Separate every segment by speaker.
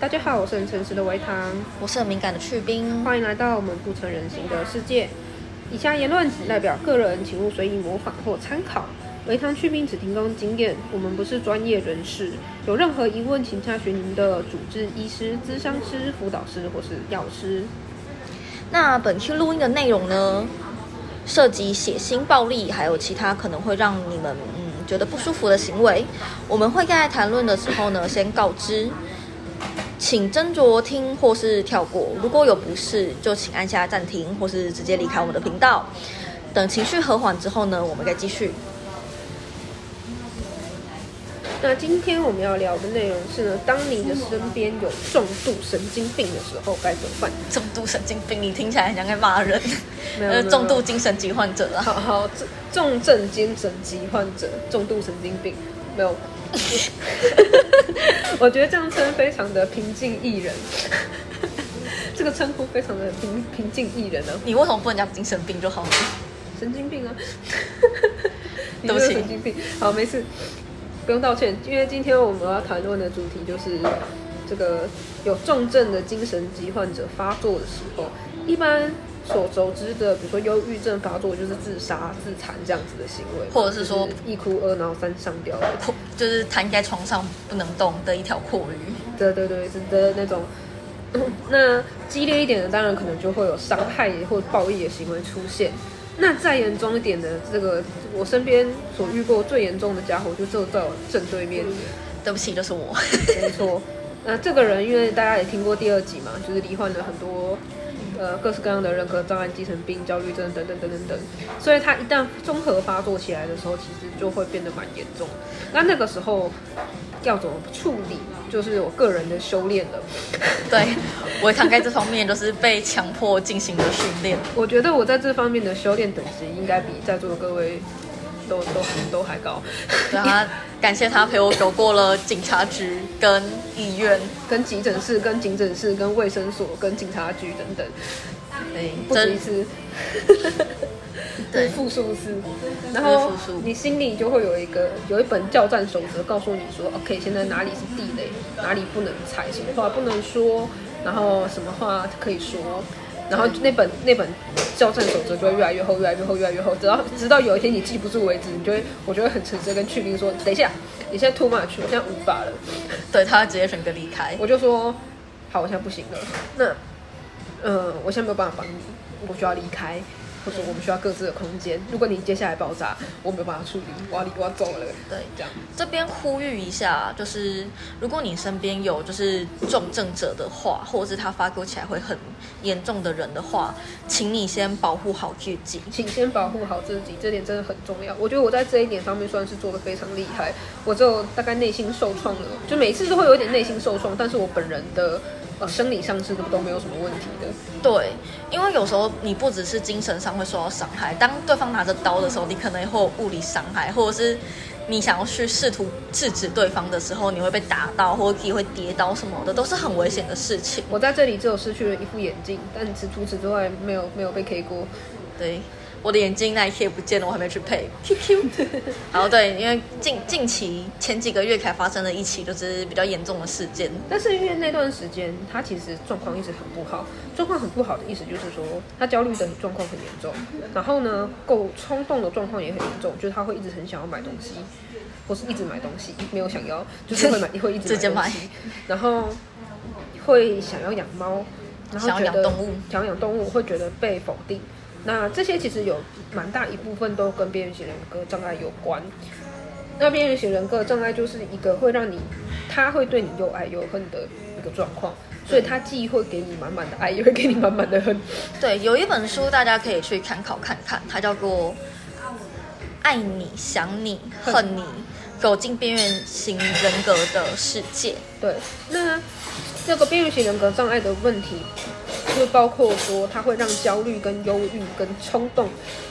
Speaker 1: 大家好，我是很诚实的维糖，
Speaker 2: 我是很敏感的去冰。
Speaker 1: 欢迎来到我们不成人形的世界。以下言论只代表个人，请勿随意模仿或参考。维糖去冰只提供经验，我们不是专业人士。有任何疑问，请查询您的主治医师、咨商师、辅导师或是药师。
Speaker 2: 那本期录音的内容呢，涉及血腥、暴力，还有其他可能会让你们嗯觉得不舒服的行为。我们会在谈论的时候呢，先告知，请斟酌听或是跳过。如果有不适，就请按下暂停，或是直接离开我们的频道。等情绪和缓之后呢，我们再继续。
Speaker 1: 那今天我们要聊的内容是呢，当你的身边有重度神经病的时候该怎么办？
Speaker 2: 重度神经病，你听起来很像在骂人，
Speaker 1: 没有
Speaker 2: 呃，
Speaker 1: 没有
Speaker 2: 重度精神疾患者啊。
Speaker 1: 好好，重重症精神疾患者、重度神经病，没有。 我觉得这样称非常的平静艺人， 这个称呼非常的平平静艺人啊，
Speaker 2: 你为什么不能讲精神病就好了？
Speaker 1: 神经 病啊！你
Speaker 2: 对不
Speaker 1: 就是
Speaker 2: 起
Speaker 1: 神经病。好，没事，不用道歉，因为今天我们要谈论的主题就是这个有重症的精神疾患者发作的时候，一般所熟知的，比如说忧郁症发作就是自杀、自残这样子的行为嘛，
Speaker 2: 或者是说
Speaker 1: 就一哭二闹三上吊的
Speaker 2: 阔就是瘫在床上不能动的一条阔鱼。
Speaker 1: 对对对，是的那种。 那激烈一点的，当然可能就会有伤害或暴力的行为出现。那再严重一点的，这个我身边所遇过最严重的家伙，就坐在我正对面，
Speaker 2: 对不起，就是我。
Speaker 1: 没错。那这个人，因为大家也听过第二集嘛，就是罹患了很多呃各式各样的人格障碍、精神病、焦虑症等等等等等，所以他一旦综合发作起来的时候，其实就会变得蛮严重。那那个时候要怎么处理，就是我个人的修炼了。
Speaker 2: 对，我涵盖这方面就是被强迫进行的训练。
Speaker 1: 我觉得我在这方面的修炼等级应该比在座的各位都都都还高，
Speaker 2: 对他，感谢他陪我走过了警察局跟医院。
Speaker 1: 跟急诊室、跟警诊室、跟卫生所、跟警察局等等，
Speaker 2: 对，
Speaker 1: 不止一
Speaker 2: 真
Speaker 1: 次，
Speaker 2: 对
Speaker 1: 复数次。然后
Speaker 2: 复数
Speaker 1: 你心里就会有一个有一本教战守则，告诉你说，OK，现在哪里是地雷，哪里不能踩，什么话不能说，然后什么话可以说。然后那本那本教战守则就会越来越厚，越来越厚，越来越厚，直到直到有一天你记不住为止，你就会我就会很诚实地跟去兵说，等一下，你现在 too much，我现在无法了。
Speaker 2: 对他直接选择离开。
Speaker 1: 我就说，好，我现在不行了。那，呃，我现在没有办法帮你，我需要离开，或者我们需要各自的空间。如果你接下来爆炸，我没有办法处理，我要离，我要走了。
Speaker 2: 对，
Speaker 1: 这样
Speaker 2: 这边呼吁一下，就是如果你身边有就是重症者的话，或者是他发作起来会很严重的人的话，请你先保护好自己。
Speaker 1: 请先保护好自己，这点真的很重要。我觉得我在这一点上面算是做的非常厉害。我只有大概内心受创了，就每次都会有一点内心受创，但是我本人的呃生理上是都没有什么问题的。
Speaker 2: 对，因为有时候你不只是精神上会受到伤害，当对方拿着刀的时候，你可能也会有物理伤害，或者是你想要去试图制止对方的时候，你会被打到，或者自己会跌倒什么的，都是很危险的事情。
Speaker 1: 我在这里只有失去了一副眼镜，但除除此之外没有没有被 K 过。
Speaker 2: 对，我的眼睛那一天不见了，我还没去配。QQ。好，对，因为近近期前几个月才发生了一起就是比较严重的事件，
Speaker 1: 但是因为那段时间他其实状况一直很不好，状况很不好的意思就是说他焦虑的状况很严重，然后呢购冲动的状况也很严重，就是他会一直很想要买东西，或是一直买东西，没有想要，就是 会买，会一直
Speaker 2: 直接
Speaker 1: 买
Speaker 2: 买
Speaker 1: 东西，然后会想要养猫，然后
Speaker 2: 想要
Speaker 1: 觉
Speaker 2: 养
Speaker 1: 得
Speaker 2: 动物
Speaker 1: 想要养动物会觉得被否定。那这些其实有蛮大一部分都跟边缘型人格障碍有关。那边缘型人格障碍就是一个会让你，他会对你又爱又恨的一个状况，所以他既会给你满满的爱，也会给你满满的恨。
Speaker 2: 对，有一本书大家可以去参考看看，它叫做《爱你、想你、恨你：走进边缘型人格的世界》。
Speaker 1: 对，那那个边缘型人格障碍的问题，就包括说它会让焦虑、跟忧郁、跟冲动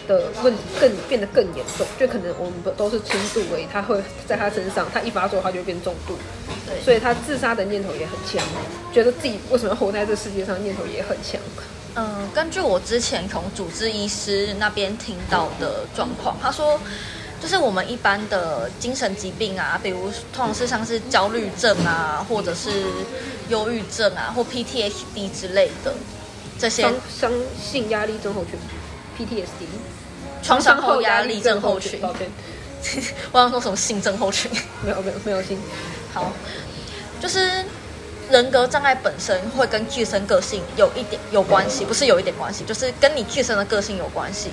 Speaker 1: 的问题更变得更严重。就可能我们都是轻度而已，他会在他身上，他一发作他就变重度，
Speaker 2: 对
Speaker 1: 所以他自杀的念头也很强，觉得自己为什么要活在这世界上，念头也很强。
Speaker 2: 嗯，根据我之前从主治医师那边听到的状况，他说，就是我们一般的精神疾病啊，比如通常是像是焦虑症啊，或者是忧郁症啊，或 PTSD 之类的这些
Speaker 1: 伤伤性压力症候群 （PTSD），
Speaker 2: 创伤后压力症候群。
Speaker 1: 抱歉，
Speaker 2: 我想说什么性症候群？
Speaker 1: 没有没有没有心，
Speaker 2: 好，就是人格障碍本身会跟具身个性有一点有关系，不是有一点关系，就是跟你具身的个性有关系。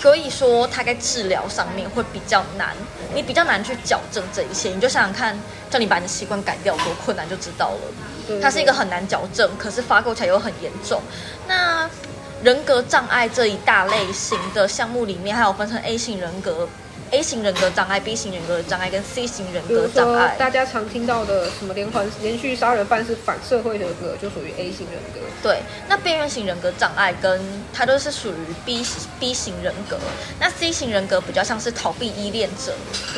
Speaker 2: 所以说，它在治疗上面会比较难，你比较难去矫正这一切。你就想想看，叫你把你的习惯改掉多困难就知道了。
Speaker 1: 对
Speaker 2: 它是一个很难矫正，可是发购起来又很严重。那人格障碍这一大类型的项目里面，还有分成 A 型人格、A 型人格障碍、B 型人格障碍跟 C 型人
Speaker 1: 比
Speaker 2: 格
Speaker 1: 如
Speaker 2: 障
Speaker 1: 说
Speaker 2: 碍。
Speaker 1: 大家常听到的什么连环连续杀人犯是反社会人格，就属于 A 型人格。
Speaker 2: 对，那边缘型人格障碍跟它都是属于 B B 型人格，那 C 型人格比较像是逃避依恋者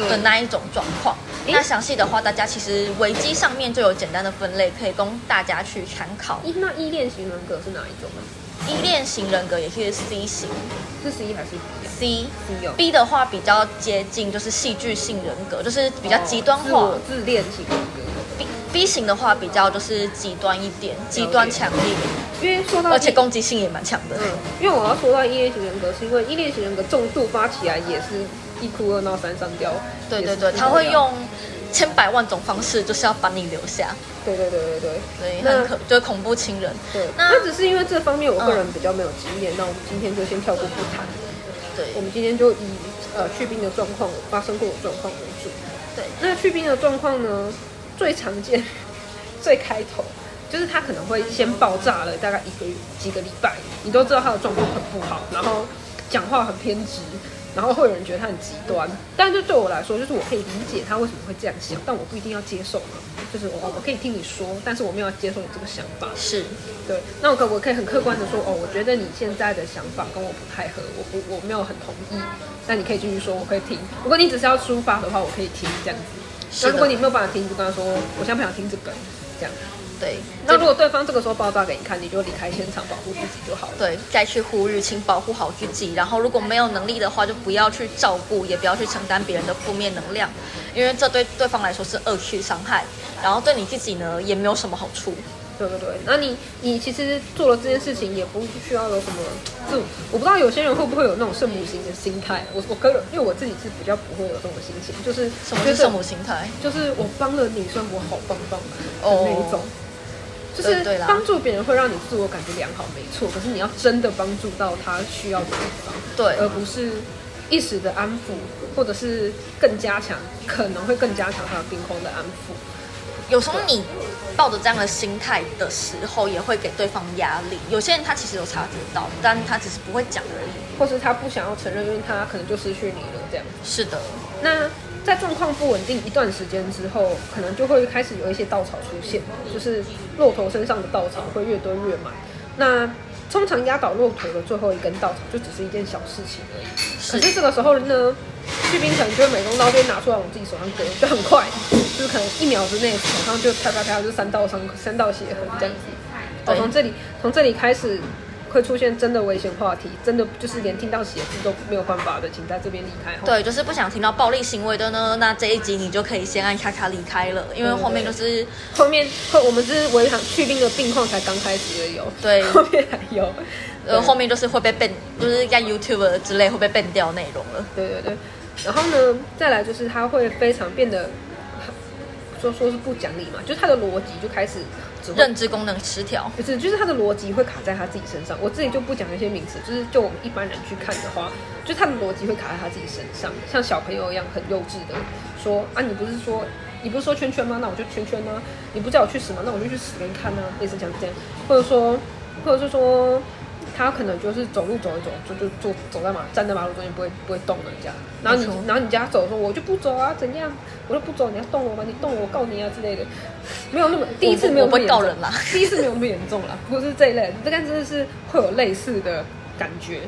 Speaker 2: 的
Speaker 1: 嗯
Speaker 2: 那一种状况。
Speaker 1: 诶
Speaker 2: 那详细的话，大家其实维基上面就有简单的分类，可以供大家去参考。
Speaker 1: 依那依恋型人格是哪一种啊？
Speaker 2: 依恋型人格也是 C 型
Speaker 1: 是 C 还是 B 啊
Speaker 2: ，C
Speaker 1: ？C 哦，
Speaker 2: B 的话比较接近就是戏剧性人格，就是比较极端
Speaker 1: 哦自
Speaker 2: 化。
Speaker 1: 我自恋型人格。
Speaker 2: B B 型的话比较就是极端一点，极端强烈，
Speaker 1: 因为说到
Speaker 2: 而且
Speaker 1: 依
Speaker 2: 攻击性也蛮强的。
Speaker 1: 嗯，因为我要说到依恋型人格，是因为依恋型人格重度发起来也是一哭二闹三上吊。
Speaker 2: 对
Speaker 1: 也
Speaker 2: 对
Speaker 1: 是
Speaker 2: 对，
Speaker 1: 一
Speaker 2: 他
Speaker 1: 模一样。
Speaker 2: 会用千百万种方式，就是要把你留下，
Speaker 1: 对对对对对。
Speaker 2: 所以
Speaker 1: 那
Speaker 2: 很可就是恐怖情人。
Speaker 1: 对，
Speaker 2: 那嗯
Speaker 1: 那只是因为这方面我个人比较没有经验，那我们今天就先跳过不谈。
Speaker 2: 对
Speaker 1: 我们今天就以呃去冰的状况发生过的状况为主。
Speaker 2: 对，
Speaker 1: 那去冰的状况呢，最常见、 最开头就是他可能会先爆炸了，大概一个月几个礼拜，你都知道他的状况很不好，然后讲话很偏执，然后会有人觉得他很极端。但是对我来说，就是我可以理解他为什么会这样想，但我不一定要接受嘛。就是我我可以听你说，但是我没有要接受你这个想法。
Speaker 2: 是
Speaker 1: 对，那我可我可以很客观的说，哦，我觉得你现在的想法跟我不太合，我不我没有很同意。那你可以继续说，我可以听。如果你只是要抒发的话，我可以听这样子。
Speaker 2: 是
Speaker 1: 那
Speaker 2: 的
Speaker 1: 如果你没有办法听，你就跟他说，我现在不想听这个，这样。
Speaker 2: 对，
Speaker 1: 那如果对方这个时候爆炸给你看，你就离开现场保护自己就好了。
Speaker 2: 对再去呼吁，请保护好自己。然后如果没有能力的话，就不要去照顾，也不要去承担别人的负面能量，因为这对对方来说是恶趣伤害，然后对你自己呢也没有什么好处。
Speaker 1: 对对对，那你你其实做了这件事情，也不需要有什么这种，我不知道有些人会不会有那种圣母型的心态。我我个人，因为我自己是比较不会有这种心情，就是
Speaker 2: 什么
Speaker 1: 就是
Speaker 2: 圣母心态？
Speaker 1: 就是我帮了你，算我好棒棒的那
Speaker 2: 哦
Speaker 1: 一种。就
Speaker 2: 对
Speaker 1: 是
Speaker 2: 对啦
Speaker 1: 帮助别人会让你自我感觉良好，没错。可是你要真的帮助到他需要的地方，
Speaker 2: 对
Speaker 1: 而不是一时的安抚，或者是更加强，可能会更加强他的病况的安抚。
Speaker 2: 有时候你抱着这样的心态的时候，也会给对方压力。有些人他其实有察觉到，但他只是不会讲而已。
Speaker 1: 或是他不想要承认，因为他可能就失去你了这样。
Speaker 2: 是的，
Speaker 1: 那在状况不稳定一段时间之后，可能就会开始有一些稻草出现，就是骆驼身上的稻草会越堆越满。那通常压倒骆驼的最后一根稻草，就只是一件小事情而已。可是这个时候呢，去冰城就会美工刀就会拿出来往自己手上割，就很快，就是可能一秒之内手上就啪啪啪就三道伤、三道血痕这样子。哦，
Speaker 2: 对
Speaker 1: 从这里从这里开始会出现真的危险话题，真的就是连听到血字都没有办法的，请在这边离开。，
Speaker 2: 对，就是不想听到暴力行为的呢，那这一集你就可以先按咔咔离开了，因为后面就是
Speaker 1: 后面后我们只是围场去病的病况才刚开始而已哦，
Speaker 2: 对
Speaker 1: 后面还有，
Speaker 2: 呃后面就是会被 ban，就是在 YouTube 之类会被 ban 掉内容了。
Speaker 1: 对对对，然后呢，再来就是他会非常变得说说是不讲理嘛，就是他的逻辑就开始只会
Speaker 2: 认知功能失调，
Speaker 1: 不是，就是他的逻辑会卡在他自己身上。我自己就不讲那些名词，就是就我们一般人去看的话，就他的逻辑会卡在他自己身上，像小朋友一样很幼稚的说啊，你不是说你不是说圈圈吗？那我就圈圈啊，你不叫我去死吗？那我就去死给你看啊，类似像这样，或者说，或者是说。他可能就是走路走一走，就就就走在马站在马路中间不会不会动人家，然后你
Speaker 2: 没错
Speaker 1: 然后你家走说我就不走啊怎样，我就不走，你要动我吗？你动我我告你啊之类的，没有那么第一次没有那
Speaker 2: 我
Speaker 1: 么
Speaker 2: 会
Speaker 1: 严
Speaker 2: 告
Speaker 1: 重
Speaker 2: 人啦。
Speaker 1: 第一次没有那么严重啦，不是这一类，但真的是会有类似的感觉，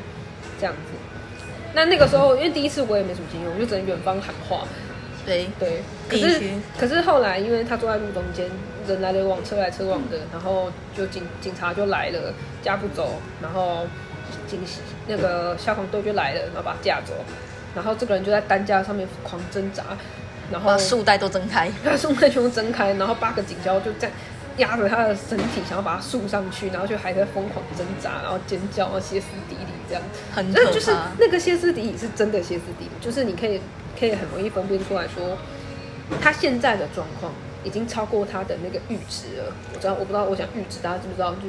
Speaker 1: 这样子。那那个时候，因为第一次我也没什么经验，我就只能远方喊话。
Speaker 2: 对，
Speaker 1: 对，可
Speaker 2: 必
Speaker 1: 是
Speaker 2: 须
Speaker 1: 可是后来，因为他坐在路中间，人来来往，车来车往的，然后就警警察就来了，架不走，然后警那个消防队就来了，然后把他架走，然后这个人就在担架上面狂挣扎，然后
Speaker 2: 把束带都睁开，
Speaker 1: 他松开全部睁开，然后八个警消就这样压着他的身体，想要把他束上去，然后就还在疯狂挣扎，然后尖叫，然后歇斯底里这样。
Speaker 2: 很可
Speaker 1: 那
Speaker 2: 怕。
Speaker 1: 就是那个歇斯底里是真的歇斯底里，就是你可以可以很容易分辨出来说，他现在的状况已经超过他的那个阈值了。我知道，我不知道，我想阈值大家知不知道？就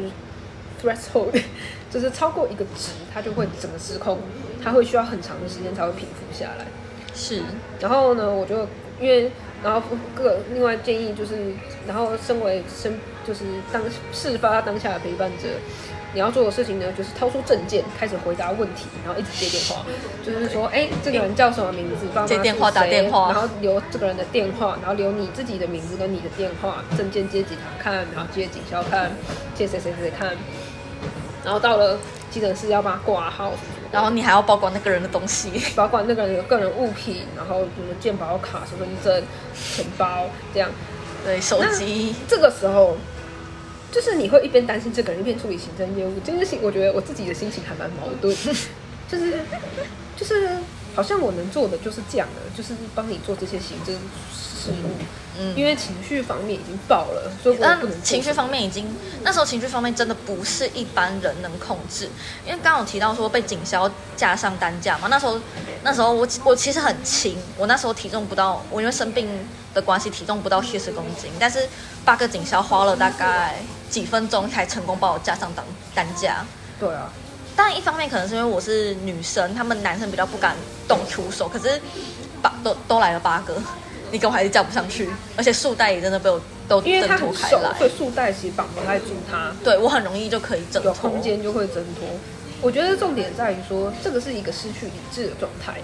Speaker 1: 是 threshold，就是 超过一个值，他就会整个失控，他会需要很长的时间才会平复下来。
Speaker 2: 是
Speaker 1: 然后呢，我就因为然后个另外建议就是，然后身为身就是当事发当下的陪伴者，你要做的事情呢，就是掏出证件，开始回答问题，然后一直接电话，就是说，哎，这个人叫什么名字？爸妈
Speaker 2: 接电话
Speaker 1: 是谁
Speaker 2: 打电话
Speaker 1: 然后留这个人的电话，然后留你自己的名字跟你的电话，证件借警察看，然后借警校看，借谁谁谁看，然后到了急诊室要帮他挂号什么什么的，
Speaker 2: 然后你还要曝光那个人的东西，
Speaker 1: 保管那个人的个人物品，然后什么健保卡、身份证、钱包这样。
Speaker 2: 对手机，
Speaker 1: 这个时候，就是你会一边担心这个人，一边处理行政业务，这件事情我觉得我自己的心情还蛮矛盾， 就是就是好像我能做的就是这样的，就是帮你做这些行政事务，因
Speaker 2: 嗯，
Speaker 1: 为情绪方面已经爆了，所以我也
Speaker 2: 那
Speaker 1: 不能做
Speaker 2: 情绪
Speaker 1: 什么
Speaker 2: 方面已经那时候情绪方面真的不是一般人能控制，因为刚刚有提到说被警消架上担架嘛，那时候那时候我我其实很轻，我那时候体重不到，我因为生病的关系体重不到七十公斤，但是八个警消花了大概几分钟才成功把我架上担担架。
Speaker 1: 对啊，
Speaker 2: 当然，一方面可能是因为我是女生，他们男生比较不敢动出手。可是八都都来了八个，你给我还是叫不上去，而且束带也真的被我都
Speaker 1: 因为
Speaker 2: 挣
Speaker 1: 他
Speaker 2: 脱
Speaker 1: 很
Speaker 2: 开
Speaker 1: 瘦，所
Speaker 2: 来
Speaker 1: 以。束带其实绑不太住他。
Speaker 2: 对我很容易就可以挣
Speaker 1: 有
Speaker 2: 脱
Speaker 1: 空。间就会挣脱。我觉得重点在于说，这个是一个失去理智的状态，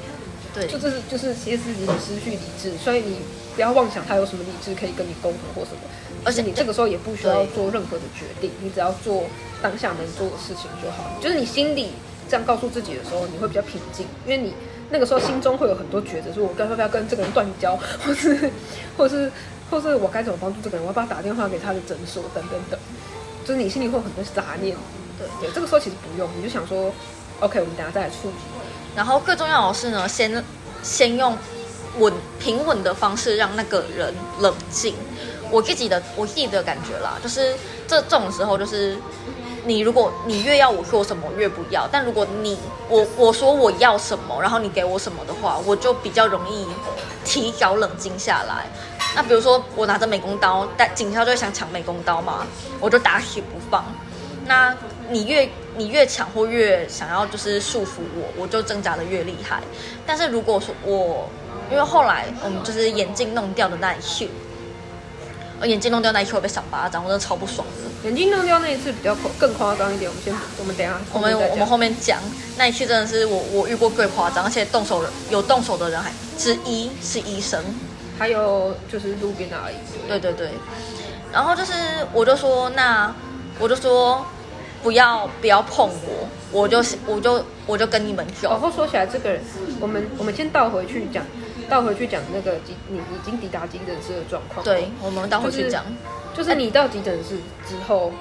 Speaker 2: 对，
Speaker 1: 就这是就是歇斯底里失去理智，所以你不要妄想他有什么理智可以跟你沟通或什么，
Speaker 2: 而且
Speaker 1: 就是你这个时候也不需要做任何的决定，你只要做当下能做的事情就好。就是你心里这样告诉自己的时候，你会比较平静，因为你那个时候心中会有很多抉择，说我该不要跟这个人断交，或是或是或是我该怎么帮助这个人，我要不要打电话给他的诊所等等等，就是你心里会有很多杂念。
Speaker 2: 对
Speaker 1: 对，这个时候其实不用，你就想说，OK，我们等下再来处理。
Speaker 2: 然后更重要的是呢，先先用稳平稳的方式让那个人冷静。我自己的我自己的感觉啦，就是这这种时候，就是你如果你越要我做什么，我越不要。但如果你我我说我要什么，然后你给我什么的话，我就比较容易提早冷静下来。那比如说我拿着美工刀，但警校就会想抢美工刀嘛，我就打死不放。那你越你越抢或越想要就是束缚我，我就挣扎的越厉害。但是如果说我，因为后来我们就是眼镜弄掉的那一秀，我眼镜弄掉那一秀我被赏巴掌，我真的超不爽的。
Speaker 1: 眼睛弄掉那一次比较夸更夸张一点，我们先我们等一下
Speaker 2: 我们
Speaker 1: 后面再
Speaker 2: 我们
Speaker 1: 讲
Speaker 2: 后面讲那一区真的是我我遇过最夸张，而且动手人有动手的人还之一是医生，
Speaker 1: 还有就是路边的阿姨，
Speaker 2: 对对对。然后就是我就说那我就说不要不要碰我，我就我就我就跟你们走。
Speaker 1: 然后哦说起来，这个人，我们我们先倒回去讲，倒回去讲那个急你已经抵达急诊室的状况。
Speaker 2: 对，，我们待会去讲。
Speaker 1: 就是你到急诊室之后，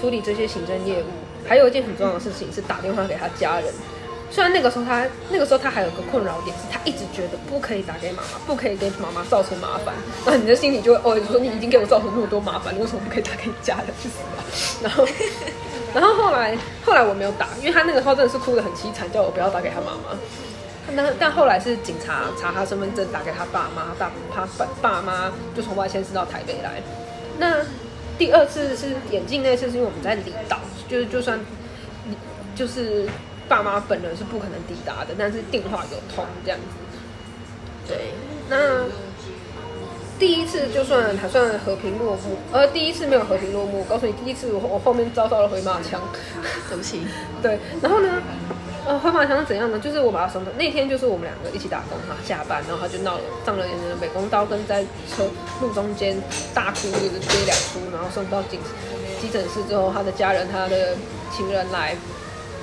Speaker 1: 处理这些行政业务，还有一件很重要的事情是打电话给他家人。虽然那个时候他那个时候他还有个困扰点是，他一直觉得不可以打给妈妈，不可以给妈妈造成麻烦。那你的心里就会哦，你说你已经给我造成那么多麻烦，你为什么不可以打给你家人？去死吧！然后，然后后来后来我没有打，因为他那个时候真的是哭得很凄惨，叫我不要打给他妈妈。但但后来是警察查他身份证，打给他爸妈，他爸他爸妈就从外县市到台北来。那第二次是眼镜那次，是因为我们在离岛，就是就算离就是爸妈本人是不可能抵达的，但是电话有通这样子。
Speaker 2: 对，
Speaker 1: 那第一次就算还算和平落幕，呃，第一次没有和平落幕。我告诉你，第一次我我后面遭到了回马枪。
Speaker 2: 对不起，
Speaker 1: 对，然后呢，呃，回马枪是怎样呢？就是我把他送到那天，就是我们两个一起打工嘛，下班，然后他就闹了，上了美工刀，跟在车路中间大哭，就是跌两哭，然后送到警急诊室之后，他的家人、他的情人来，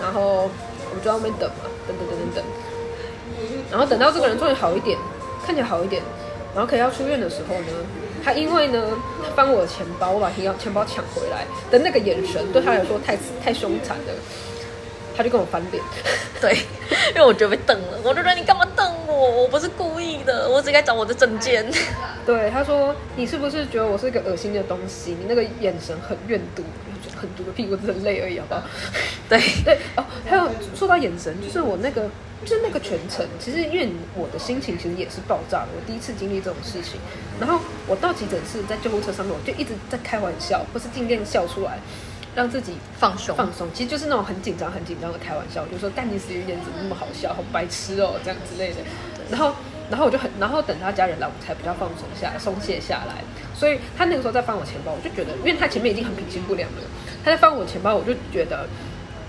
Speaker 1: 然后我们就在外面等嘛，等等等等等，然后等到这个人终于好一点，看起来好一点，然后可以要出院的时候呢，他因为呢他翻我的钱包，我把钱包钱包抢回来的那个眼神，对他来说太太凶残了。他就跟我翻脸。
Speaker 2: 对，因为我觉得被瞪了，我就觉得你干嘛瞪我？我不是故意的，我只该找我的 证件。
Speaker 1: 对，他说你是不是觉得我是一个恶心的东西？你那个眼神很怨毒，我就很毒个屁股，只是很累而已，好 不好？
Speaker 2: 对，
Speaker 1: 对哦，还有说到眼神，就是我那个，就是那个全程，其实因为我的心情其实也是爆炸的，我第一次经历这种事情。然后我到急诊室，在救护车上面，我就一直在开玩笑，或是尽量笑出来，让自己
Speaker 2: 放松，
Speaker 1: 放松。其实就是那种很紧张、很紧张的开玩笑，我就说干你死鱼眼怎么那么好笑，好白痴哦，这样之类的。然后。然后我就很，然后等他家人来，我才比较放松下来、松懈下来。所以他那个时候在翻我钱包，我就觉得，因为他前面已经很品行不良了，他在翻我钱包，我就觉得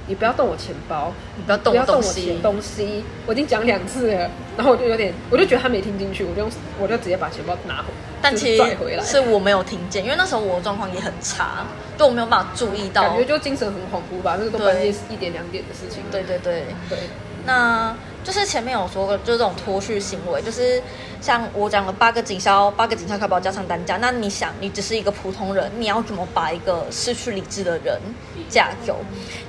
Speaker 1: 你不要动我钱包，
Speaker 2: 你不要动
Speaker 1: 不要
Speaker 2: 我
Speaker 1: 动我
Speaker 2: 东西
Speaker 1: 钱。东西，我已经讲两次了，然后我就有点，我就觉得他没听进去，我就用我就直接把钱包拿回，
Speaker 2: 但
Speaker 1: 就是
Speaker 2: 其
Speaker 1: 拽
Speaker 2: 实
Speaker 1: 回来，
Speaker 2: 是我没有听见，因为那时候我的状况也很差，对我没有办法注意到。
Speaker 1: 感觉就精神很恍惚吧，那个都半夜
Speaker 2: 对
Speaker 1: 一点两点的事情了，
Speaker 2: 对对对，
Speaker 1: 对，
Speaker 2: 那就是前面有说过，就是这种脱序行为，就是像我讲了八个警消，八个警消开包加上单价，那你想，你只是一个普通人，你要怎么把一个失去理智的人架走？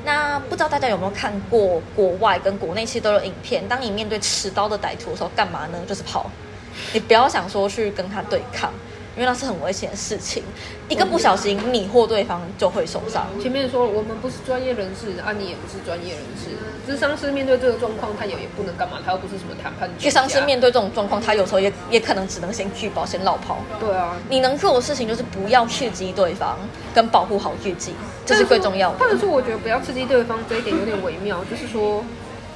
Speaker 2: 那不知道大家有没有看过国外跟国内其实都有影片，当你面对持刀的歹徒的时候，干嘛呢？就是跑，你不要想说去跟他对抗。因为那是很危险的事情，一个不小心，你或对方就会受伤。
Speaker 1: 前面说我们不是专业人士，啊，你也不是专业人士，智商师面对这个状况，他也也不能干嘛，他又不是什么谈判专
Speaker 2: 去
Speaker 1: 家
Speaker 2: 上司面对这种状况，他有时候也也可能只能先拒保，先绕跑。
Speaker 1: 对啊，
Speaker 2: 你能做的事情就是不要刺激对方，跟保护好自己，这是最重要的
Speaker 1: 或。者说，我觉得不要刺激对方这一点有点微妙，就是说，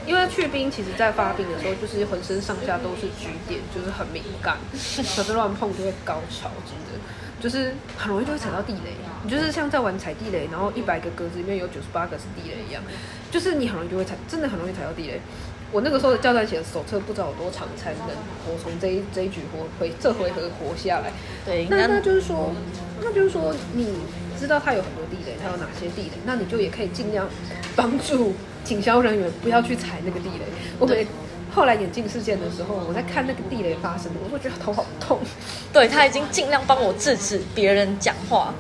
Speaker 1: 因为去冰其实在发病的时候，就是浑身上下都是局点，就是很敏感，可是乱碰就会高潮，真的。就是很容易就会踩到地雷，你就是像在玩踩地雷，然后一百个格子里面有九十八个是地雷一样，就是你很容易就会踩，真的很容易踩到地雷。我那个时候的教战写的手册不知道有多长才能我从这一这一局活回这回合活下来，
Speaker 2: 对，
Speaker 1: 那那
Speaker 2: 那
Speaker 1: 就是说，那就是说，你知道它有很多地雷，它有哪些地雷，那你就也可以尽量帮助警消人员不要去踩那个地雷。我每
Speaker 2: 对
Speaker 1: 后来眼镜事件的时候，我在看那个地雷发生的，我就觉得头好 痛。
Speaker 2: 对他已经尽量帮我制止别人讲话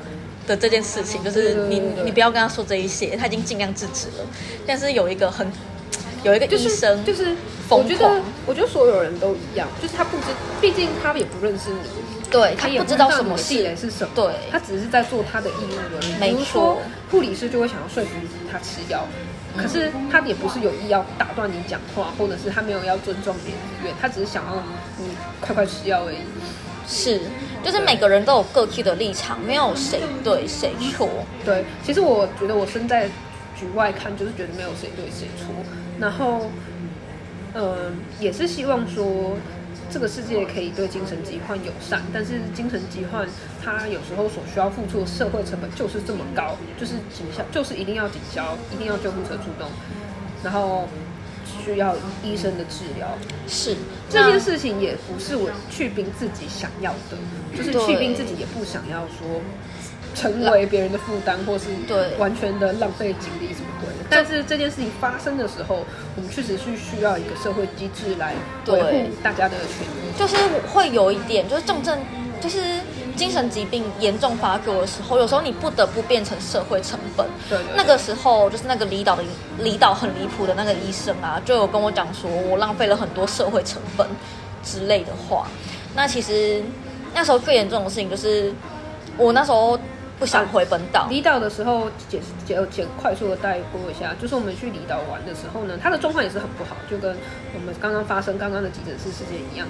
Speaker 2: 的这件事情，就
Speaker 1: 对
Speaker 2: 是
Speaker 1: 对
Speaker 2: 你
Speaker 1: 对对
Speaker 2: 你不要跟他说这一些，他已经尽量制止了。但是有一个很有一个
Speaker 1: 就
Speaker 2: 医
Speaker 1: 是
Speaker 2: 生，
Speaker 1: 就是，我
Speaker 2: 疯
Speaker 1: 觉
Speaker 2: 狂
Speaker 1: 得我觉得所有人都一样，就是他不知，毕竟他也不认识你，
Speaker 2: 对哎他
Speaker 1: 也
Speaker 2: 不知道
Speaker 1: 你的
Speaker 2: 什么
Speaker 1: 地雷
Speaker 2: 事，
Speaker 1: 是什么。
Speaker 2: 对
Speaker 1: 他只是在做他的义务而已。
Speaker 2: 没
Speaker 1: 比如
Speaker 2: 错
Speaker 1: 说，护理师就会想要说服他吃药，可是他也不是有意要打断你讲话，或者是他没有要尊重你的意愿，他只是想要你快快吃药而已。
Speaker 2: 是就是每个人都有各自的立场，没有谁对谁错。
Speaker 1: 对，其实我觉得我身在局外看，就是觉得没有谁对谁错，然后，嗯、也是希望说。这个世界可以对精神疾患友善，但是精神疾患它有时候所需要付出的社会成本就是这么高，就是警消，就是一定要警消，一定要救护车出动，然后需要医生的治疗，
Speaker 2: 是
Speaker 1: 这
Speaker 2: 那
Speaker 1: 件事情也不是我去冰自己想要的，就是
Speaker 2: 嗯对
Speaker 1: 去冰自己也不想要说成为别人的负担，或是
Speaker 2: 对
Speaker 1: 完全的浪费精力什么鬼的。但是这件事情发生的时候，我们确实是需要一个社会机制来维
Speaker 2: 对
Speaker 1: 护大家的权益。
Speaker 2: 就是会有一点，就是重症，就是精神疾病严重发作的时候，有时候你不得不变成社会成本。
Speaker 1: 对对对
Speaker 2: 那个时候就是那个离岛的离岛很离谱的那个医生啊，就有跟我讲说我浪费了很多社会成本之类的话。那其实那时候最严重的事情就是我那时候不想回本岛，
Speaker 1: 离岛的时候，解解解快速的带过一下，就是我们去离岛玩的时候呢，他的状况也是很不好，就跟我们刚刚发生刚刚的急诊室事件一样。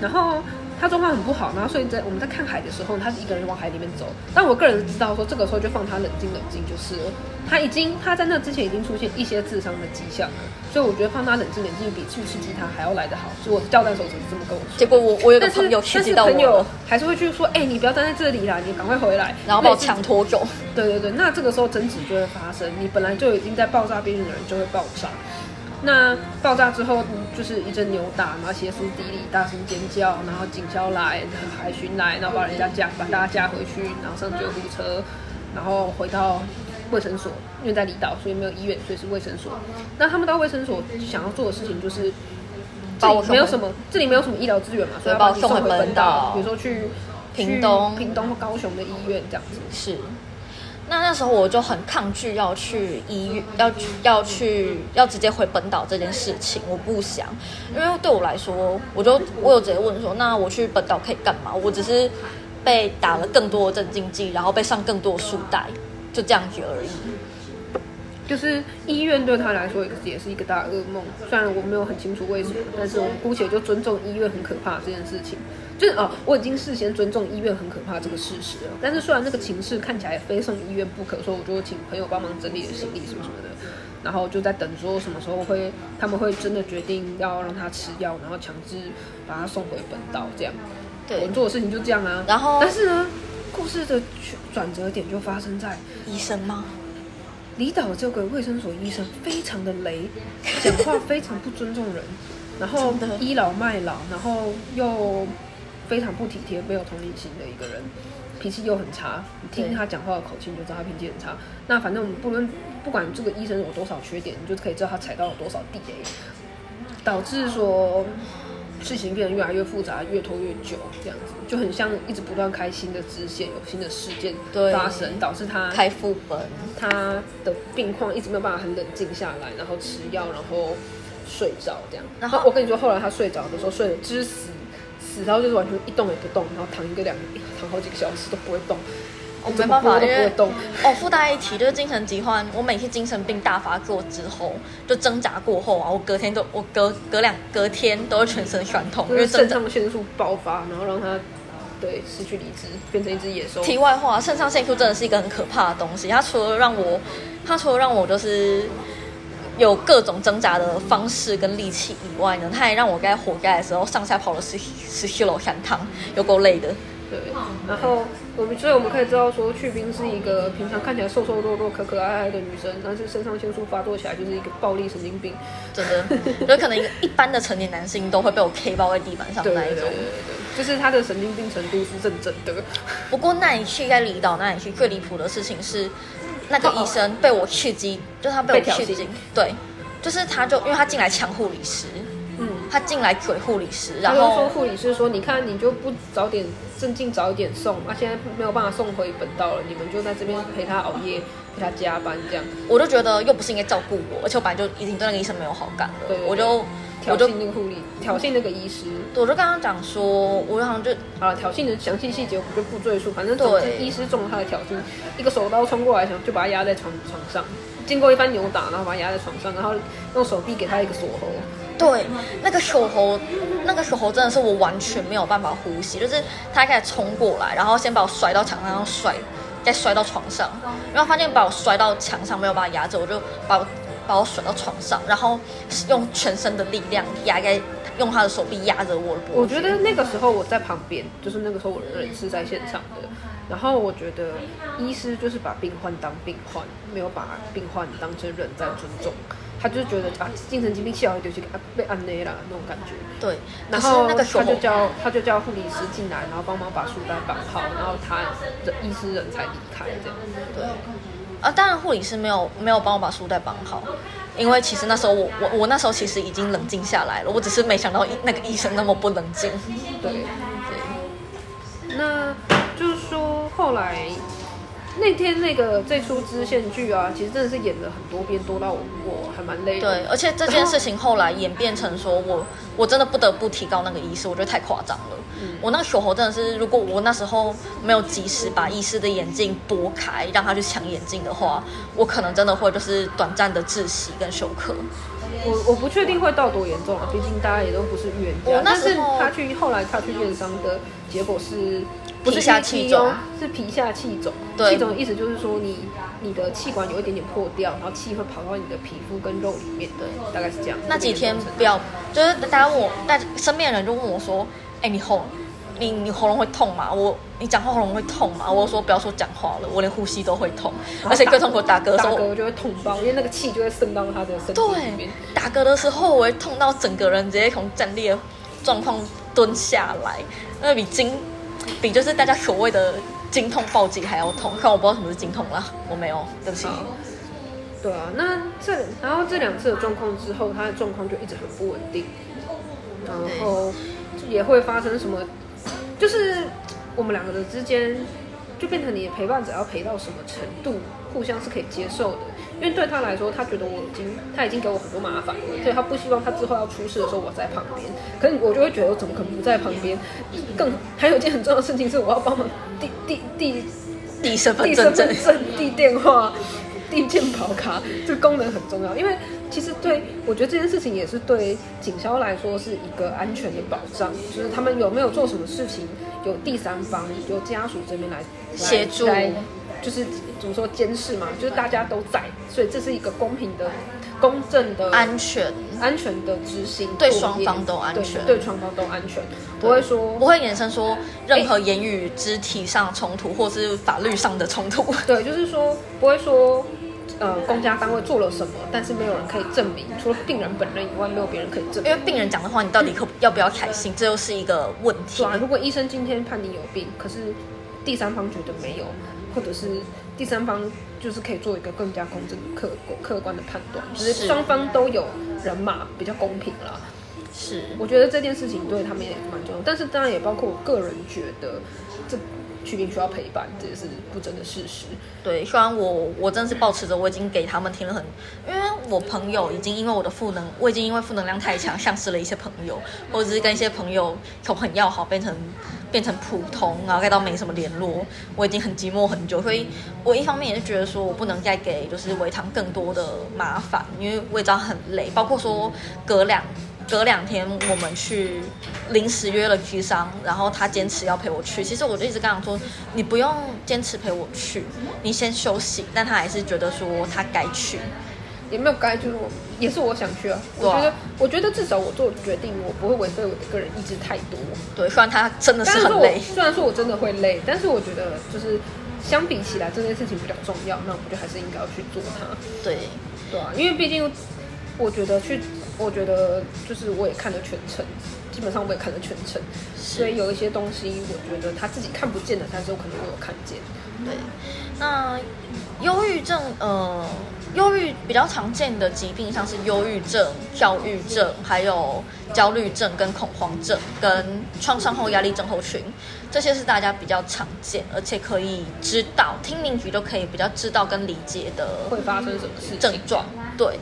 Speaker 1: 然后他状况很不好，然后所以在我们在看海的时候，他是一个人往海里面走。但我个人知道说，这个时候就放他冷静冷静就是了。他已经他在那之前已经出现一些智商的迹象了，所以我觉得放他冷静冷静比去刺激他还要来得好。就我教战手指是这么跟我说。
Speaker 2: 结果我我有一个
Speaker 1: 但是
Speaker 2: 朋友刺
Speaker 1: 但
Speaker 2: 激
Speaker 1: 是
Speaker 2: 到我
Speaker 1: 朋友
Speaker 2: 了，
Speaker 1: 还是会去说，哎、你不要站在这里啦，你赶快回来，
Speaker 2: 然后把我
Speaker 1: 类似
Speaker 2: 强拖走。
Speaker 1: 对对对，那这个时候争执就会发生，你本来就已经在爆炸边缘的人就会爆炸。那爆炸之后嗯就是一阵扭打，然后歇斯底里，大声尖叫，然后警消来、海巡来，然后把人家架，把大家架回去，然后上救护车，然后回到卫生所，因为在离岛，所以没有医院，所以是卫生所。那他们到卫生所想要做的事情就是，
Speaker 2: 把我
Speaker 1: 这里没有什
Speaker 2: 送回
Speaker 1: 么，这里没有什么医疗资源嘛，所以
Speaker 2: 对
Speaker 1: 要
Speaker 2: 把
Speaker 1: 把
Speaker 2: 我
Speaker 1: 你
Speaker 2: 送
Speaker 1: 送
Speaker 2: 回
Speaker 1: 回
Speaker 2: 本
Speaker 1: 本
Speaker 2: 岛
Speaker 1: 岛，比如说去
Speaker 2: 屏
Speaker 1: 去
Speaker 2: 东
Speaker 1: 屏东、高雄的医院这样子。
Speaker 2: 是，那那时候我就很抗拒要去医院，要去要去要直接回本岛这件事情，我不想，因为对我来说，我就我有直接问说，那我去本岛可以干嘛？我只是被打了更多的镇静剂，然后被上更多的束带，就这样子而已。
Speaker 1: 就是医院对他来说也是也是一个大噩梦。虽然我没有很清楚为什么，但是我们姑且就尊重医院很可怕这件事情。就是哦，我已经事先尊重医院很可怕这个事实了。但是虽然那个情势看起来非送医院不可，所以我就请朋友帮忙整理了行李什么什么的，然后就在等说什么时候会他们会真的决定要让他吃药，然后强制把他送回本岛这样。我
Speaker 2: 对
Speaker 1: 们，做的事情就这样啊。
Speaker 2: 然后
Speaker 1: 但是呢，故事的转折点就发生在
Speaker 2: 医生吗？
Speaker 1: 离岛这个卫生所医生非常的 雷，讲话非常不尊重人，然后
Speaker 2: 真的
Speaker 1: 倚老卖老，然后又非常不体贴、没有同理心的一个人，脾气又很差。你听
Speaker 2: 对
Speaker 1: 他讲话的口气，你就知道他脾气很差。那反正我们不论不管这个医生有多少缺点，你就可以知道他踩到了多少地雷，导致说事情变得越来越复杂，越拖越久，这样子就很像一直不断开新的支线，有新的事件
Speaker 2: 对
Speaker 1: 发生，导致他
Speaker 2: 开副本，
Speaker 1: 他的病况一直没有办法很冷静下来，然后吃药，然后睡着这样。
Speaker 2: 然后
Speaker 1: 我跟你说，后来他睡着的时候睡得之死，死到就是完全一动也不动，然后躺一个两躺好几个小时都不会动，
Speaker 2: 我哦没办法，
Speaker 1: 怎么拨都不
Speaker 2: 因
Speaker 1: 会
Speaker 2: 为
Speaker 1: 动。
Speaker 2: 哦，附带一提就是精神疾患，我每次精神病大发作之后，就挣扎过后啊，我隔天都我隔隔两隔天都会全身酸痛，
Speaker 1: 就
Speaker 2: 因
Speaker 1: 是
Speaker 2: 为
Speaker 1: 肾
Speaker 2: 挣扎。
Speaker 1: 上腺素爆发，然后让他对失去理智，变成一只野兽。
Speaker 2: 题外话，肾上腺素真的是一个很可怕的东西，它除了让我，它除了让我就是有各种挣扎的方式跟力气以外呢，它还让我该活该的时候上下跑了十十七楼三趟，有够累的。
Speaker 1: 对，然后我们所以我们可以知道说，去冰是一个平常看起来瘦瘦弱弱、可可爱爱的女生，但是肾上腺素发作起来就是一个暴力神经病。
Speaker 2: 真 的，就可能一个一般的成年男性都会被我 K 包在地板上
Speaker 1: 对
Speaker 2: 那
Speaker 1: 对
Speaker 2: 一
Speaker 1: 对
Speaker 2: 种
Speaker 1: 对。对，就是他的神经病程度是认真的。
Speaker 2: 不过那一去在离岛那一去最离谱的事情是，那个医生被我刺激，就他被
Speaker 1: 被
Speaker 2: 我
Speaker 1: 挑
Speaker 2: 刺
Speaker 1: 衅
Speaker 2: 激，对，就是他就因为他进来抢护理师，
Speaker 1: 嗯，
Speaker 2: 他进来怼护理师，
Speaker 1: 他
Speaker 2: 然
Speaker 1: 就说
Speaker 2: 后
Speaker 1: 护理师说，你看你就不早点镇静早一点送，啊，现在没有办法送回本道了，你们就在这边陪他熬夜，陪他加班这样，
Speaker 2: 我就觉得又不是应该照顾我，而且我本来就已经对那个医生没有好感了
Speaker 1: 对，
Speaker 2: 我就
Speaker 1: 挑
Speaker 2: 我就
Speaker 1: 衅那个护理，挑衅那个医师。
Speaker 2: 我就跟他讲说，我好像就
Speaker 1: 好了，挑衅的详细细节我们就不赘述，反正总之
Speaker 2: 对
Speaker 1: 医师中了他的挑衅，一个手刀冲过来，想就把他压在床床上，经过一番扭打，然后把他压在床上，然后用手臂给他一个锁喉。
Speaker 2: 对，那个手猴，那个手猴真的是我完全没有办法呼吸，就是他开始冲过来，然后先把我甩到墙上，然后甩，再摔到床上，然后发现把我摔到墙上没有把它压着，我就把我把我甩到床上，然后用全身的力量压在，用他的手臂压着我的脖子。
Speaker 1: 我觉得那个时候我在旁边，就是那个时候我人是在现场的。然后我觉得医师就是把病患当病患，没有把病患当成人在尊重。他就觉得啊，精神疾病小孩丢弃啊，被安内啦那种感觉。
Speaker 2: 对，
Speaker 1: 然
Speaker 2: 可
Speaker 1: 后
Speaker 2: 是那个手
Speaker 1: 他就
Speaker 2: 猴，
Speaker 1: 叫他就叫护理师进来，然后帮忙把束带绑好，然后他的医师人才离开这样。
Speaker 2: 对，啊，当然护理师没有没有帮我把束带绑好，因为其实那时候我我我那时候其实已经冷静下来了，我只是没想到医那个医生那么不冷静。
Speaker 1: 对，那就是说后来那天那个这出支线剧啊，其实真的是演了很多遍，多到我我还蛮累的。
Speaker 2: 对，而且这件事情后来演变成说我我真的不得不提高那个医师，我觉得太夸张了。我那个手猴真的是，如果我那时候没有及时把医师的眼镜拨开，让他去抢眼镜的话，我可能真的会就是短暂的窒息跟休克。
Speaker 1: 我我不确定会到多严重啊，毕竟大家也都不是预言家
Speaker 2: 我。那
Speaker 1: 但
Speaker 2: 时
Speaker 1: 是
Speaker 2: 候
Speaker 1: 他去后来他去验伤的结果是，不是
Speaker 2: 皮下
Speaker 1: ET
Speaker 2: 气肿
Speaker 1: 哦，是皮下气肿。
Speaker 2: 对
Speaker 1: 气肿的意思就是说你你的气管有一点点破掉，然后气会跑到你的皮肤跟肉里面，对，大概是这样。
Speaker 2: 那几天
Speaker 1: 这个严重程度
Speaker 2: 不要，就是大家问我，大身边的人就问我说：“哎、你喉，你你喉咙会痛吗？我你讲话喉咙会痛吗？”我就说不要说讲话了，我连呼吸都会 痛，而且最痛苦打嗝的时
Speaker 1: 打
Speaker 2: 候，
Speaker 1: 嗝就会痛爆，因为那个气就会渗到他的身体里
Speaker 2: 对
Speaker 1: 面。，
Speaker 2: 打嗝的时候我会痛到整个人直接从站立的状况蹲下来，那比经比就是大家所谓的经痛暴击还要痛。虽然我不知道什么是经痛啦，我没有，对不起。
Speaker 1: 好对啊，那这然后这两次的状况之后，他的状况就一直很不稳定，然后也会发生什么，就是我们两个的之间就变成你的陪伴者要陪到什么程度，互相是可以接受的。因为对他来说，他觉得我已经他已经给我很多麻烦了，所以他不希望他之后要出事的时候我在旁边。可是我就会觉得我怎么可能不在旁边？更还有一件很重要的事情是，我要帮忙递递递
Speaker 2: 递身份
Speaker 1: 递
Speaker 2: 证
Speaker 1: 身
Speaker 2: 证
Speaker 1: 份，证、递电话、递健保卡，这功能很重要。因为其实对我觉得这件事情也是对警消来说是一个安全的保障，就是他们有没有做什么事情，有第三方由家属这边来来
Speaker 2: 协助
Speaker 1: 来就是怎么说监视嘛，就是大家都在，所以这是一个公平的、公正的、
Speaker 2: 安全，
Speaker 1: 安全的执行作
Speaker 2: 对
Speaker 1: 业，
Speaker 2: 双方都安
Speaker 1: 对
Speaker 2: 全
Speaker 1: 对双方都安全，不会说
Speaker 2: 不会衍生说任何言语、肢体上冲突，或是法律上的冲突。
Speaker 1: 对，就是说不会说，呃，公家单位做了什么，但是没有人可以证明，除了病人本人以外，没有别人可以证
Speaker 2: 因
Speaker 1: 明。
Speaker 2: 为病人讲的话，你到底可要不要采信，这又是一个问题
Speaker 1: 对。啊，如果医生今天判你有病，可是第三方觉得没有，或者是第三方就是可以做一个更加公正、客客观的判断，就是
Speaker 2: 哦是
Speaker 1: 双方都有人嘛，比较公平啦。
Speaker 2: 是，
Speaker 1: 我觉得这件事情对他们也蛮重要，但是当然也包括我个人觉得，这去病需要陪伴，这也是不争的事实。
Speaker 2: 对，虽然我我真的是保持着我已经给他们听了很，因为我朋友已经因为我的负能，我已经因为负能量太强丧失了一些朋友，或者是跟一些朋友从很要好变成变成普通，然后再到没什么联络，我已经很寂寞很久，所以我一方面也是觉得说我不能再给就是维唐更多的麻烦，因为我也知道很累，包括说隔两。隔两天我们去临时约了居商，然后他坚持要陪我去。其实我就一直跟他说，你不用坚持陪我去，你先休息。但他还是觉得说他该去，
Speaker 1: 也没有该，就是我也是我想去啊。我
Speaker 2: 对啊
Speaker 1: 觉得，我觉得至少我做决定，我不会违背我的个人意志太多。
Speaker 2: 对，虽然他真的
Speaker 1: 虽
Speaker 2: 是
Speaker 1: 然
Speaker 2: 很
Speaker 1: 说我
Speaker 2: 累，
Speaker 1: 虽然说我真的会累，但是我觉得就是相比起来，这件事情比较重要，那我们就还是应该要去做它，
Speaker 2: 对，
Speaker 1: 对啊，因为毕竟我觉得去，我觉得就是我也看了全程，基本上我也看了全程，所以有一些东西我觉得他自己看不见的，但是我可能我有看见。
Speaker 2: 对。那忧郁症，呃，忧郁比较常见的疾病像是忧郁症、躁郁症，还有焦虑症、跟恐慌症、跟创伤后压力症候群，这些是大家比较常见，而且可以知道，听名局都可以比较知道跟理解的
Speaker 1: 会发生什么事
Speaker 2: 症
Speaker 1: 情？
Speaker 2: 状。对，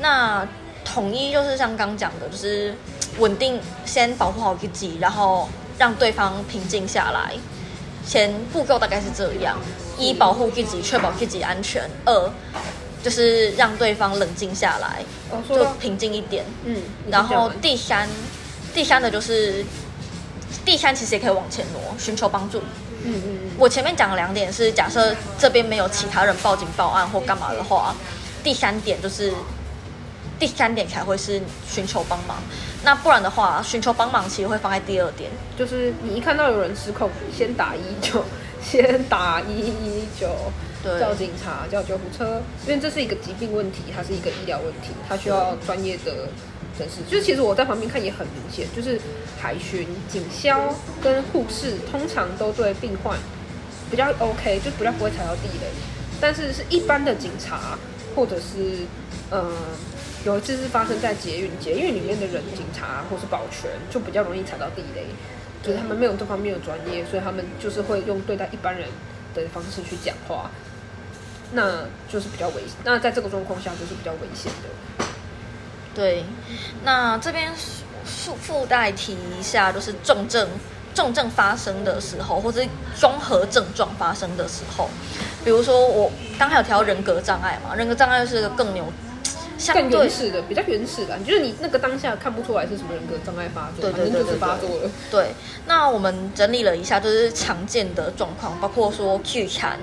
Speaker 2: 那统一就是像刚讲的，就是稳定，先保护好自己，然后让对方平静下来。前步骤大概是这样：一、保护自己，确保自己安全；二、就是让对方冷静下来，
Speaker 1: 哦，说
Speaker 2: 就
Speaker 1: 到
Speaker 2: 平静一点。
Speaker 1: 嗯，你
Speaker 2: 然
Speaker 1: 先讲
Speaker 2: 后
Speaker 1: 完
Speaker 2: 第三，第三的就是第三，其实也可以往前挪，寻求帮助。
Speaker 1: 嗯嗯嗯，
Speaker 2: 我前面讲了两点是，假设这边没有其他人报警报案或干嘛的话，第三点就是第三点才会是寻求帮忙。那不然的话，寻求帮忙其实会放在第二点。
Speaker 1: 就是你一看到有人失控，先打一九，先打一一九，
Speaker 2: 对
Speaker 1: 叫警察，叫救护车，因为这是一个疾病问题，它是一个医疗问题，它需要专业的人士。就是其实我在旁边看也很明显，就是海巡、警消跟护士通常都对病患比较 OK，就比较不会踩到地雷。但是是一般的警察，或者是呃，有一次是发生在捷运，捷运里面的人、警察或是保全就比较容易踩到地雷，就是他们没有这方面的专业，所以他们就是会用对待一般人的方式去讲话，那就是比较危险。那在这个状况下就是比较危险的。
Speaker 2: 对，那这边附附带提一下，就是重症重症发生的时候，或者是综合症状发生的时候，比如说我刚才有提到人格障碍嘛，人格障碍是个更牛，相
Speaker 1: 更
Speaker 2: 对
Speaker 1: 原始的，比较原始的，就是你那个当下看不出来是什么人格障碍发作，
Speaker 2: 对
Speaker 1: 反
Speaker 2: 对
Speaker 1: 正
Speaker 2: 对
Speaker 1: 就是发作了。
Speaker 2: 对，那我们整理了一下，就是常见的状况，包括说聚餐、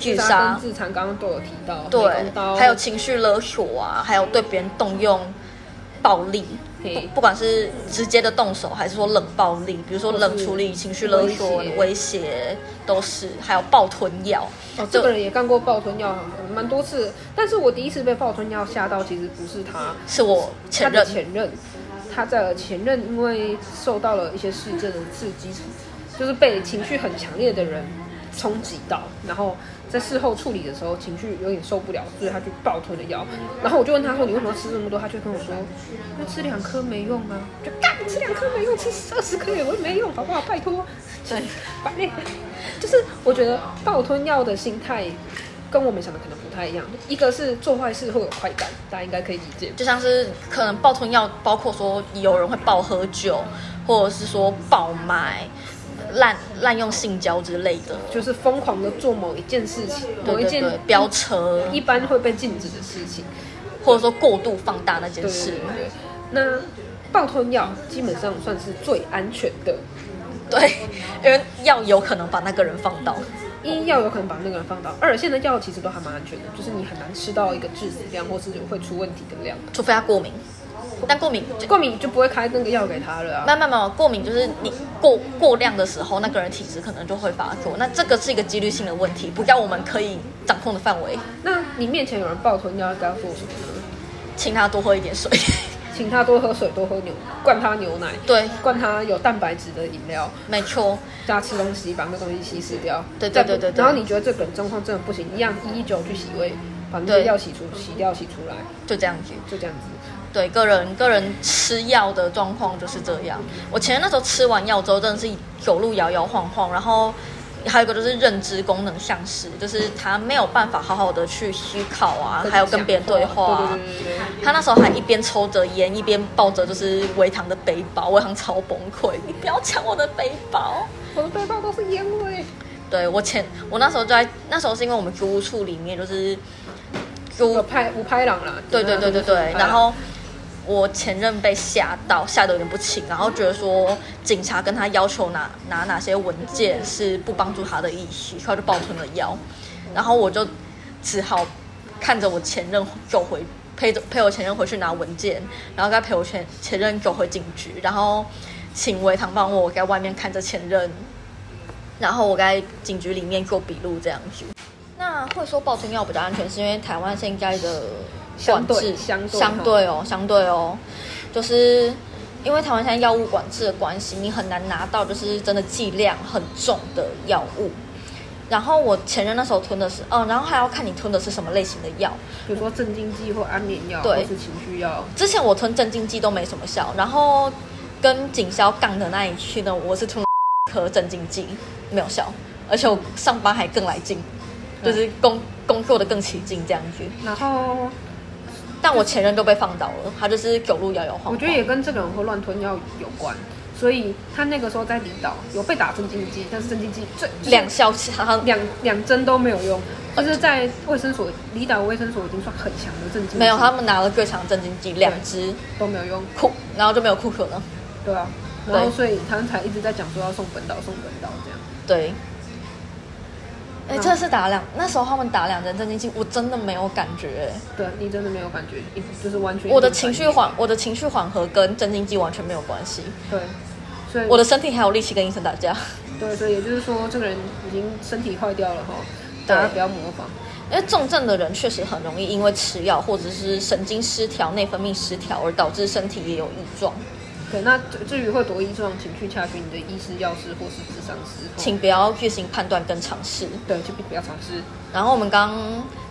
Speaker 2: 聚
Speaker 1: 杀
Speaker 2: 杀
Speaker 1: 跟，自残刚刚都有提到，美
Speaker 2: 对
Speaker 1: 工刀，
Speaker 2: 还有情绪勒索啊，还有对别人动用暴力，不
Speaker 1: 嘿
Speaker 2: 不管是直接的动手，还是说冷暴力，比如说冷处理、情绪勒索、
Speaker 1: 威胁
Speaker 2: 威胁都是，还有暴吞药，
Speaker 1: 哦，这个人也干过爆吞药，蛮多次。但是我第一次被爆吞药吓到，其实不是他，
Speaker 2: 是我前
Speaker 1: 他的
Speaker 2: 任
Speaker 1: 前任，他的前任因为受到了一些事件的刺激，就是被情绪很强烈的人冲击到，然后在事后处理的时候情绪有点受不了，所以他去暴吞了药。然后我就问他说：“你为什么要吃这么多？”他就跟我说：“那吃两颗没用啊，就干吃两颗没用，吃二十颗也会没用，好不好？拜托。”
Speaker 2: 对，
Speaker 1: 反正就是我觉得暴吞药的心态跟我们想的可能不太一样，一个是做坏事会有快感，大家应该可以理解。
Speaker 2: 就像是可能暴吞药，包括说有人会暴喝酒，或者是说暴买、滥滥用性交之类的，
Speaker 1: 就是疯狂的做某一件事情，
Speaker 2: 对
Speaker 1: 某一
Speaker 2: 对
Speaker 1: 件
Speaker 2: 对，飙车，
Speaker 1: 一般会被禁止的事情。
Speaker 2: 或者说过度放大那件
Speaker 1: 对
Speaker 2: 事
Speaker 1: 对，对。那暴吞药基本上算是最安全的，
Speaker 2: 对，因为药有可能把那个人放倒，
Speaker 1: 一药有可能把那个人放倒，二现在药其实都还蛮安全的，就是你很难吃到一个致死量或是会出问题的量。
Speaker 2: 除非他过敏，但过敏就
Speaker 1: 过敏就不会开那个药给他了啊。
Speaker 2: 没有没有没有，过敏就是你过过量的时候，那个人体质可能就会发作。那这个是一个几率性的问题，不在我们可以掌控的范围，
Speaker 1: 那你面前有人暴吞药，该要做什么呢？
Speaker 2: 请他多喝一点水。
Speaker 1: 请他多喝水，多喝牛，灌他牛奶，
Speaker 2: 对，
Speaker 1: 灌他有蛋白质的饮料，
Speaker 2: 没错，
Speaker 1: 加吃东西，把那东西稀释掉。
Speaker 2: 对对
Speaker 1: 再
Speaker 2: 对对对
Speaker 1: 然后你觉得这个人状况真的不行，一样一一九去洗胃，把那
Speaker 2: 对
Speaker 1: 些药洗出洗掉洗出来，
Speaker 2: 就这样子。
Speaker 1: 就这样子。
Speaker 2: 对，个人个人吃药的状况就是这样。我前那时候吃完药之后，真的是走路摇摇晃晃，然后还有一个就是认知功能丧失，就是他没有办法好好的去思考啊，还有跟别人对话啊、
Speaker 1: 对对对对对。
Speaker 2: 他那时候还一边抽着烟，一边抱着就是维糖的背包，维糖超崩溃，你不要抢我的背包。
Speaker 1: 我的背包都是烟味。
Speaker 2: 对我前我那时候就在那时候是因为我们租屋处里面就是租
Speaker 1: 有拍五拍郎啦，
Speaker 2: 对对对嗯对
Speaker 1: 就是五拍
Speaker 2: 对，
Speaker 1: 郎
Speaker 2: 然后我前任被吓到，吓得有点不轻，然后觉得说警察跟他要求拿拿哪些文件是不帮助他的意思，他就抱吞了药，然后我就只好看着我前任走回。陪着陪我前任回去拿文件，然后再陪我前前任走回警局，然后请维堂帮我在外面看着前任，然后我在警局里面做笔录这样子。那会说暴吞药比较安全，是因为台湾现在的管
Speaker 1: 相对
Speaker 2: 制
Speaker 1: 相对
Speaker 2: 相对哦，相对哦，就是因为台湾现在药物管制的关系，你很难拿到就是真的剂量很重的药物。然后我前任那时候吞的是，嗯，然后还要看你吞的是什么类型的药。
Speaker 1: 比如说镇静剂或安眠药，
Speaker 2: 对
Speaker 1: 或是情绪药，
Speaker 2: 之前我吞镇静剂都没什么效，然后跟警消杠的那一区呢，我是 吞颗镇静剂没有效，而且我上班还更来劲，就是工工作的更起劲这样子。
Speaker 1: 然后
Speaker 2: 但我前任都被放倒了，他就是走路摇摇晃晃。
Speaker 1: 我觉得也跟这个人会乱吞药有关。所以他那个时候在离岛有被打镇静剂，但是镇静剂最就是
Speaker 2: 两效起，他
Speaker 1: 两两针都没有用，就是在卫生所离岛卫生所已经算很强的镇静剂，
Speaker 2: 没有，他们拿了最强镇静剂两支
Speaker 1: 都没有用，
Speaker 2: 库，然后就没有库可了。
Speaker 1: 对啊。然后
Speaker 2: 对
Speaker 1: 所以他们才一直在讲说要送本岛，送本岛这样。
Speaker 2: 对。哎、
Speaker 1: 嗯
Speaker 2: 这次打两，那时候他们打两针镇静剂，我真的没有感觉、
Speaker 1: 对你真的没有感觉，一就是完全
Speaker 2: 我的情绪缓，我的情绪缓和跟镇静剂完全没有关系。
Speaker 1: 对，所以
Speaker 2: 我的身体还有力气跟医生打架，
Speaker 1: 对，所以也就是说，这个人已经身体坏掉了哈，
Speaker 2: 对
Speaker 1: 大家不要模仿。
Speaker 2: 因为重症的人确实很容易因为吃药或者是神经失调、内分泌失调而导致身体也有异状，
Speaker 1: 对，那至于会多依这种情绪洽询你的医师、药师或是智商师，
Speaker 2: 请不要自行判断跟尝试。
Speaker 1: 对就不要尝试。
Speaker 2: 然后我们刚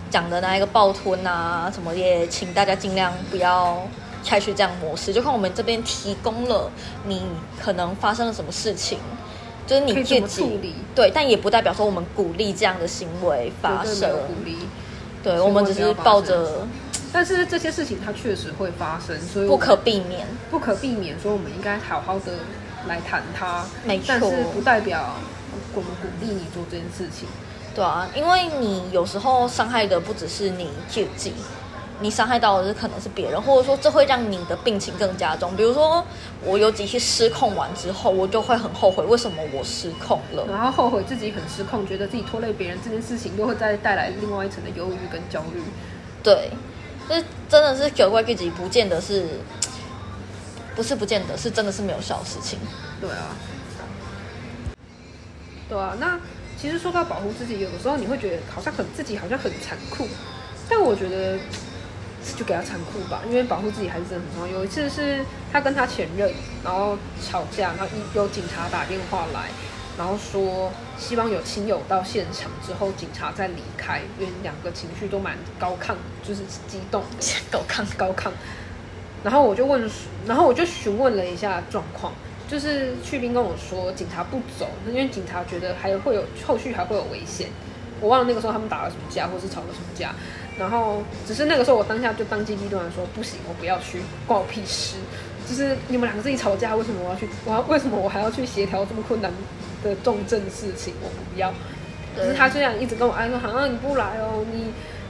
Speaker 2: 讲的那一个暴吞啊，什么也请大家尽量不要采取这样模式。就看我们这边提供了你可能发生了什么事情，就是你
Speaker 1: 可以
Speaker 2: 自
Speaker 1: 怎么处
Speaker 2: 己
Speaker 1: 理
Speaker 2: 对，但也不代表说我们鼓励这样的行为发
Speaker 1: 绝
Speaker 2: 生
Speaker 1: 对没。有鼓励。
Speaker 2: 对，我们只是抱着
Speaker 1: 但是这些事情它确实会发生，所以我
Speaker 2: 不
Speaker 1: 们
Speaker 2: 可避免。
Speaker 1: 不可避免，所以我们应该好好的来谈它。
Speaker 2: 没错
Speaker 1: 但是不代表我们鼓励你做这件事情。
Speaker 2: 对啊，因为你有时候伤害的不只是你自己，你伤害到的是可能是别人，或者说这会让你的病情更加重。比如说，我有几次失控完之后，我就会很后悔，为什么我失控了？
Speaker 1: 然后后悔自己很失控，觉得自己拖累别人这件事情，又会再带来另外一层的忧郁跟焦虑。
Speaker 2: 对，就是真的是责怪自己，不见得是，不是不见得是真的是没有效的事情。
Speaker 1: 对啊，对啊。那其实说到保护自己，有的时候你会觉得好像很自己好像很残酷，但我觉得就给他残酷吧，因为保护自己还是真的很重要。有一次是他跟他前任，然后吵架，然后一有警察打电话来，然后说希望有亲友到现场之后，警察再离开，因为两个情绪都蛮高亢，就是激动的 高亢高亢。然后我就问，然后我就询问了一下状况，就是去兵跟我说警察不走，因为警察觉得还会有后续还会有危险。我忘了那个时候他们打了什么架，或是吵了什么架。然后只是那个时候我当下就当机立断地说不行，我不要去，关我屁事。就是你们两个自己吵架，为什么我要去？ 我要为什么我还要去协调这么困难的重症事情？我不要。可
Speaker 2: 对
Speaker 1: 是他虽然一直跟我哀说，好、像你不来哦，你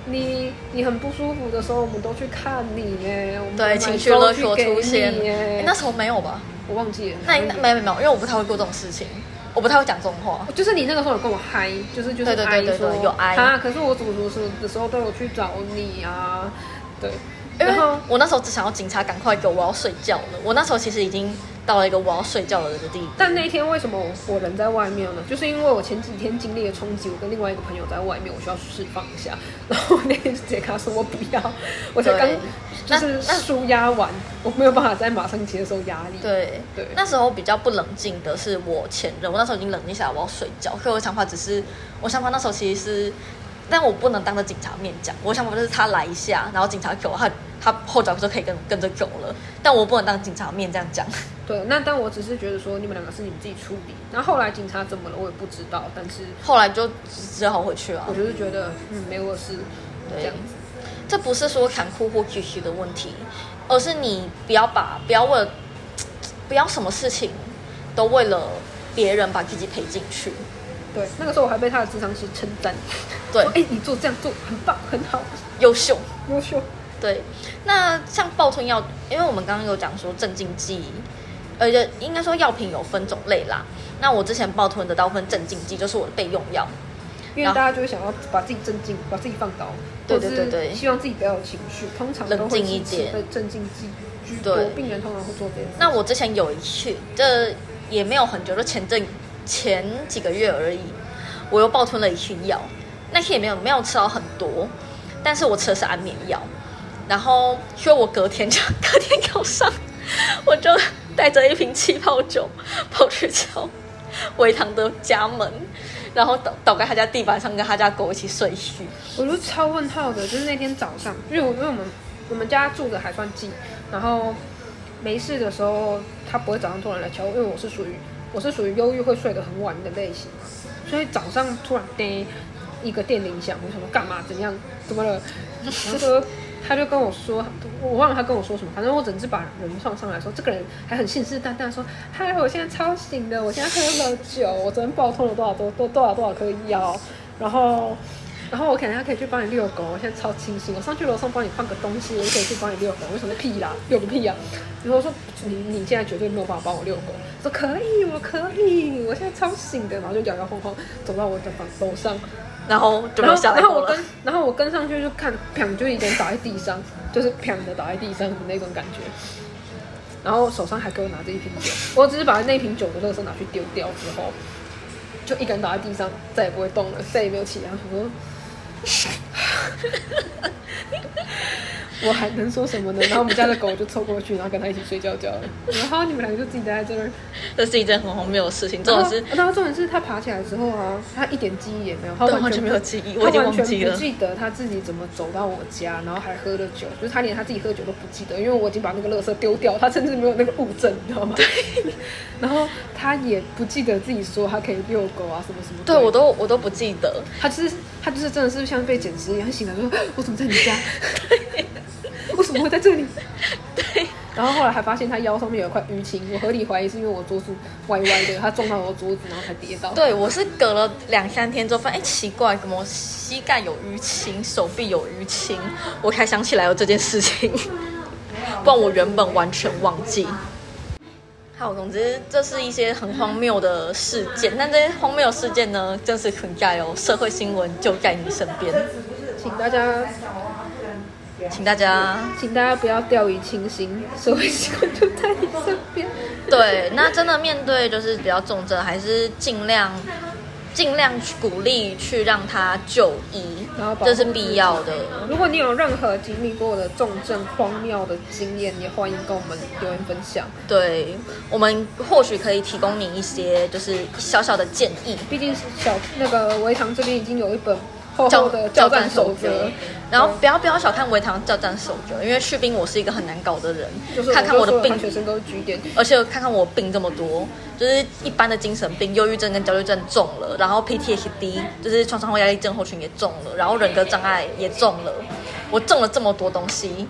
Speaker 1: 你你很不舒服的时候，我们都去看你耶，我们
Speaker 2: 对
Speaker 1: 买
Speaker 2: 嗯情绪
Speaker 1: 粥
Speaker 2: 勒
Speaker 1: 去
Speaker 2: 索
Speaker 1: 给
Speaker 2: 出现
Speaker 1: 你耶
Speaker 2: 诶那时候没有吧？
Speaker 1: 我忘记了。
Speaker 2: 那应该没有没有没有，因为我不太会做这种事情，我不太会讲这种话。
Speaker 1: 就是你那个时候有跟我嗨，就是就是
Speaker 2: 对对对
Speaker 1: 哀
Speaker 2: 对对
Speaker 1: 说
Speaker 2: 有哀
Speaker 1: 啊，可是我怎么怎么的时候都有去找你啊，对，
Speaker 2: 因
Speaker 1: 然
Speaker 2: 为
Speaker 1: 后
Speaker 2: 我那时候只想要警察赶快给我，我要睡觉了。我那时候其实已经到了一个我要睡觉的这个地步。
Speaker 1: 但那一天为什么我人在外面呢？就是因为我前几天经历了冲击，我跟另外一个朋友在外面，我需要释放一下。 然后我那天就直接跟他说我不要，我才刚
Speaker 2: 对
Speaker 1: 就是
Speaker 2: 那那
Speaker 1: 舒压完，我没有办法再马上接受压力。
Speaker 2: 对
Speaker 1: 对
Speaker 2: 那时候比较不冷静的是我前任，我那时候已经冷静下来，我要睡觉。可我的想法只是，我想法那时候其实是，但我不能当着警察面讲，我想法就是他来一下，然后警察给我，他他后脚就可以跟跟着走了，但我不能当警察面这样讲。
Speaker 1: 对，那但我只是觉得说你们两个是你们自己处理。然后后来警察怎么了我也不知道，但是
Speaker 2: 后来就只好回去啊
Speaker 1: 我。就是觉得嗯没我的事这
Speaker 2: 对
Speaker 1: 样子。
Speaker 2: 这不是说砍酷或拒绝的问题，而是你不要把不要为了不要什么事情都为了别人把自己赔进去。
Speaker 1: 对，那个时候我还被他的智商师称赞，
Speaker 2: 对
Speaker 1: 说，哎、你做这样做很棒，很好，
Speaker 2: 优秀。
Speaker 1: 优秀。
Speaker 2: 对，那像暴吞药，因为我们刚刚有讲说镇静剂，而且应该说药品有分种类啦。那我之前暴吞的刀分镇静剂就是我的备用药，
Speaker 1: 因为
Speaker 2: 然
Speaker 1: 大
Speaker 2: 后
Speaker 1: 家就会想要把自己镇静，把自己放倒，
Speaker 2: 对
Speaker 1: 或者
Speaker 2: 对
Speaker 1: 是
Speaker 2: 对对
Speaker 1: 希望自己不要有情绪，通常都
Speaker 2: 冷
Speaker 1: 会
Speaker 2: 静一
Speaker 1: 是
Speaker 2: 点
Speaker 1: 被镇静剂居多
Speaker 2: 对，
Speaker 1: 病人通常会做这样。
Speaker 2: 那我之前有一次，这也没有很久，就前阵前几个月而已，我又暴吞了一次药，那天也没有没有吃到很多，但是我吃的是安眠药，然后所以我隔天就 隔天早上，我就带着一瓶气泡酒跑去敲维唐的家门，然后倒倒在他家地板上，跟他家狗一起睡去。
Speaker 1: 我就超问号的，就是那天早上，因为我因为我们我们家住的还算近，然后没事的时候他不会早上突然来敲我，因为我是属于我是属于忧郁会睡得很晚的类型嘛，所以早上突然叮一个电铃响，我想说干嘛怎样怎么了，然后说。 他就跟我说，我忘了他跟我说什么，反正我只是把人放上来说，这个人还很信誓旦旦地说，嗨，我现在超醒的，我现在喝了酒，我昨天暴吞了多少多多多少多少颗药，然后然后我可能还可以去帮你遛狗，我现在超清醒。我上去楼上帮你放个东西，我就可以去帮你遛狗。我什么屁啦，遛个屁呀、然后我说你你现在绝对没有办法帮我遛狗。说可以，我可以，我现在超醒的，然后就摇摇晃晃走到我的房楼上，
Speaker 2: 然后就没
Speaker 1: 然后
Speaker 2: 有下来
Speaker 1: 然后
Speaker 2: 过
Speaker 1: 我
Speaker 2: 了
Speaker 1: 跟。然后我跟上去就看，砰就一个人倒在地上，就是砰的倒在地上的那种感觉。然后手上还给我拿着一瓶酒，我只是把那瓶酒的垃圾拿去丢掉之后，就一个人倒在地上，再也不会动了，再也没有起来。我说。 我还能说什么呢？然后我们家的狗就凑过去，然后跟它一起睡觉觉了。我说好，你们两个就自己待在这儿。
Speaker 2: 这是一件很荒谬的事情，这
Speaker 1: 然
Speaker 2: 种
Speaker 1: 后
Speaker 2: 是，
Speaker 1: 然后重点是他爬起来之后啊，他一点记忆也没有，他
Speaker 2: 对
Speaker 1: 完
Speaker 2: 完
Speaker 1: 全
Speaker 2: 全没有记忆
Speaker 1: 他
Speaker 2: 我已经
Speaker 1: 完
Speaker 2: 忘
Speaker 1: 全
Speaker 2: 记
Speaker 1: 不
Speaker 2: 了
Speaker 1: 记得他自己怎么走到我家，然后还喝了酒，就是他连他自己喝酒都不记得，因为我已经把那个垃圾丢掉，他甚至没有那个物证，你知道吗？对。 然后他也不记得自己说他可以遛狗啊，什么什么。
Speaker 2: 对我都我都不记得。
Speaker 1: 他就是他就是真的是像被捡尸一样，醒来就说我怎么在你家？为什么会在这里？
Speaker 2: 对，
Speaker 1: 然后后来还发现他腰上面有一块淤青，我合理怀疑是因为我桌子歪歪的，他撞到我的桌子，然后才跌倒。
Speaker 2: 对，我是隔了两三天之后发现，哎，奇怪，怎么膝盖有淤青，手臂有淤青，我才想起来有这件事 情，不然我原本完全忘记。好，总之这是一些很荒谬的事件，但这些荒谬的事件呢，正是存在哦，社会新闻就在你身边，
Speaker 1: 请大家，
Speaker 2: 请大家
Speaker 1: 请大家不要掉以轻心，社会习惯就在你身边。
Speaker 2: 对，那真的面对就是比较重症，还是尽量尽量去鼓励去让他就医
Speaker 1: 然后，保护
Speaker 2: 这是必要的。
Speaker 1: 如果你有任何经历过的重症荒谬的经验，也欢迎跟我们留言分享。
Speaker 2: 对，我们或许可以提供你一些就是小小的建议。
Speaker 1: 毕竟小那个维唐这边已经有一本厚厚的交战守则，
Speaker 2: 然后不要不要小看维唐教战守则，因为士兵我是一个很难搞的人，
Speaker 1: 就是
Speaker 2: 看看我的
Speaker 1: 就说
Speaker 2: 病
Speaker 1: 他，学生都是 G 点，
Speaker 2: 而且看看我病这么多，就是一般的精神病，忧郁症跟焦虑症重了，然后 PTSD 就是创伤后压力症候群也中了，然后人格障碍也中了，我中了这么多东西，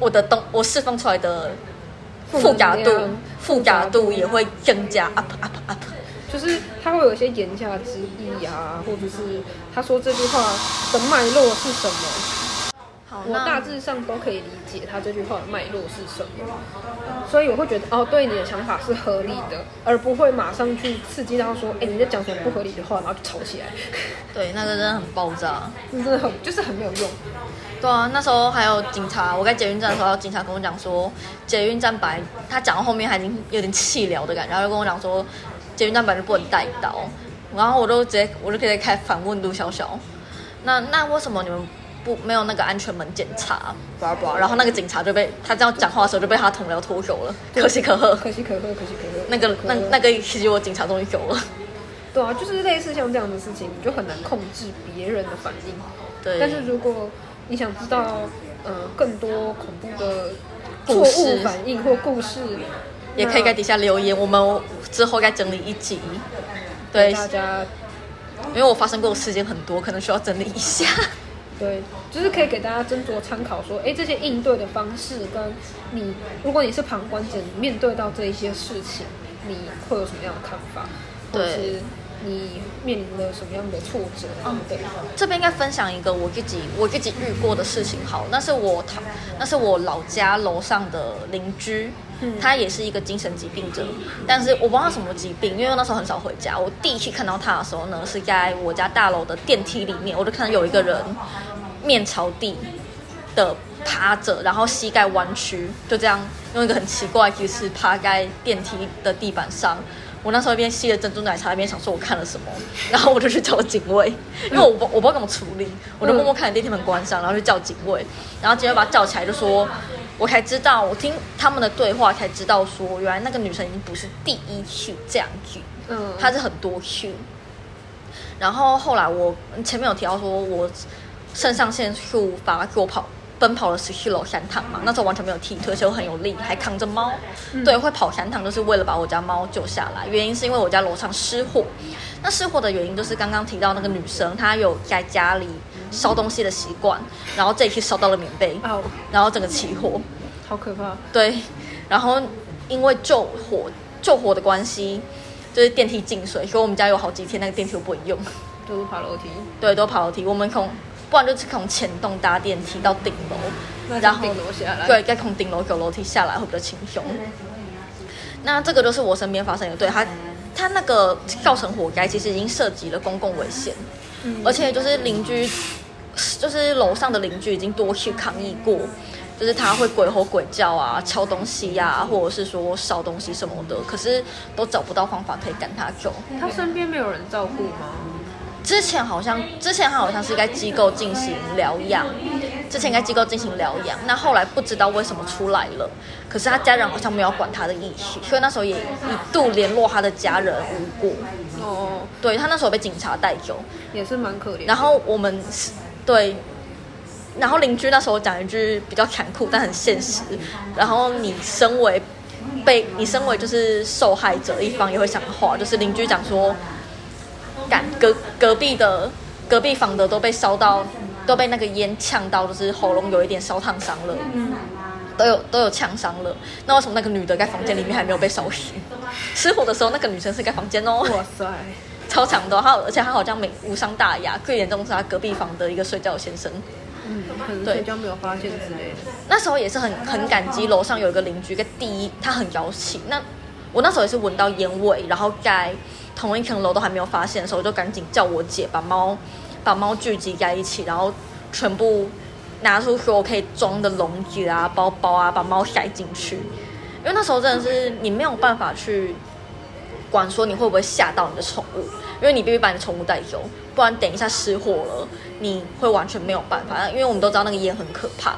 Speaker 2: 我的东我释放出来的
Speaker 1: 负
Speaker 2: 副
Speaker 1: 能
Speaker 2: 甲
Speaker 1: 量
Speaker 2: 度副甲度也会更加 up up up。
Speaker 1: 就是他会有一些言下之意啊，或者是他说这句话的脉络是什么，
Speaker 2: 好，
Speaker 1: 我大致上都可以理解他这句话的脉络是什么，所以我会觉得哦，对你的想法是合理的，而不会马上去刺激到说，哎，你在讲什么不合理的话，然后就吵起来，
Speaker 2: 对那个真的很爆炸。
Speaker 1: 真的很就是很没有用。
Speaker 2: 对啊，那时候还有警察，我在捷运站的时候，警察跟我讲说，捷运站白，他讲到后面还已经有点气聊的感觉，然后就跟我讲说，捷运站白就不能带刀，然后我就直接我就可以开反问陆小小，那那为什么你们不没有那个安全门检查，叭叭，然后那个警察就被他这样讲话的时候就被他同僚拖走了，可喜可贺。
Speaker 1: 可喜可贺，可喜可贺。
Speaker 2: 呃那个那那
Speaker 1: 个，
Speaker 2: 个，其实我警察终于有了，
Speaker 1: 对啊，就是类似像这样的事情，你就很难控制别人的反应。
Speaker 2: 对，
Speaker 1: 但是如果你想知道，呃，更多恐怖的错
Speaker 2: 故事
Speaker 1: 误反应或故事，
Speaker 2: 也可以在底下留言，我们之后该整理一集，
Speaker 1: 给
Speaker 2: 对，
Speaker 1: 大家，
Speaker 2: 因为我发生过的事情很多，可能需要整理一下。
Speaker 1: 对，就是可以给大家斟酌参考，说，哎，这些应对的方式跟你，如果你是旁观者，你面对到这一些事情，你会有什么样的看法？或
Speaker 2: 对
Speaker 1: 是你面临了什么样的挫折？嗯，对。
Speaker 2: 这边应该分享一个我自己我自己遇过的事情，好，那是我堂，那是我老家楼上的邻居，
Speaker 1: 嗯
Speaker 2: 他也是一个精神疾病者，但是我不知道他什么疾病，因为那时候很少回家。我第一次看到他的时候呢，是在我家大楼的电梯里面，我就看到有一个人面朝地的趴着，然后膝盖弯曲，就这样用一个很奇怪的姿势趴在电梯的地板上。我那时候一边吸着珍珠奶茶，一边想说我看了什么， 然后我就去叫警卫，因为我不我不知道怎么处理，我就默默看着电梯门关上，然后就叫警卫，然后警卫把他叫起来就说。我才知道，我听他们的对话才知道说，原来那个女生已经不是第一次这样子，
Speaker 1: 嗯，
Speaker 2: 她是很多次。然后后来我嗯前面有提到说，我肾上腺素发作跑奔跑了十七楼三趟嘛，那时候完全没有踢腿，而且我很有力，还扛着猫。对，会跑三趟就是为了把我家猫救下来，原因是因为我家楼上失火。那失火的原因就是刚刚提到那个女生，她有在家里烧东西的习惯，然后这一次烧到了棉被，
Speaker 1: 啊，
Speaker 2: 然后整个起火。
Speaker 1: 好可怕。
Speaker 2: 对，然后因为救火救火的关系，就是电梯进水，所以我们家有好几天那个电梯都不能用，
Speaker 1: 就是爬楼梯，
Speaker 2: 对，都跑楼梯。我们从不然就是从前栋搭电梯到顶楼，然
Speaker 1: 然
Speaker 2: 后
Speaker 1: 后楼下来，
Speaker 2: 对，再从顶楼走楼梯下来会比较轻松。那这个就是我身边发生的，对他，他那个造成火灾，其实已经涉及了公共危险，
Speaker 1: 嗯
Speaker 2: 而且就是邻居，就是楼上的邻居已经多次抗议过，就是他会鬼吼鬼叫啊，敲东西呀、或者是说烧东西什么的，可是都找不到方法可以赶他走。
Speaker 1: 他身边没有人照顾吗？
Speaker 2: 之前好像，之前他好像是该机构进行疗养，之前该机构进行疗养，那后来不知道为什么出来了，可是他家人好像没有管他的意思，所以那时候也一度联络他的家人无果，
Speaker 1: 哦，
Speaker 2: 对他那时候被警察带走，
Speaker 1: 也是蛮可怜的。
Speaker 2: 然后我们是对，然后邻居那时候讲一句比较残酷但很现实，然后你身为被你身为就是受害者一方也会讲的话，就是邻居讲说，赶隔隔壁的隔壁房的都被烧到，都被那个烟呛到，就是喉咙有一点烧烫伤了。
Speaker 1: 嗯
Speaker 2: 都有都有呛伤了，那为什么那个女的在房间里面还没有被烧 死？失火的时候，那个女生是在房间哦。
Speaker 1: 哇塞，
Speaker 2: 超长的，他而且他好像没无伤大雅，最严重是他隔壁房的一个睡觉的先生。
Speaker 1: 嗯，可能
Speaker 2: 对
Speaker 1: 睡觉没有发现之类的。
Speaker 2: 那时候也是很很感激楼上有一个邻居，跟第一他很摇起。那我那时候也是闻到烟味，然后在同一层楼都还没有发现的时候，就赶紧叫我姐把猫把猫聚集在一起，然后全部拿出所有可以装的笼子啊、包包啊，把猫塞进去。因为那时候真的是你没有办法去管说你会不会吓到你的宠物，因为你必须把你的宠物带走，不然等一下失火了，你会完全没有办法。因为我们都知道那个烟很可怕，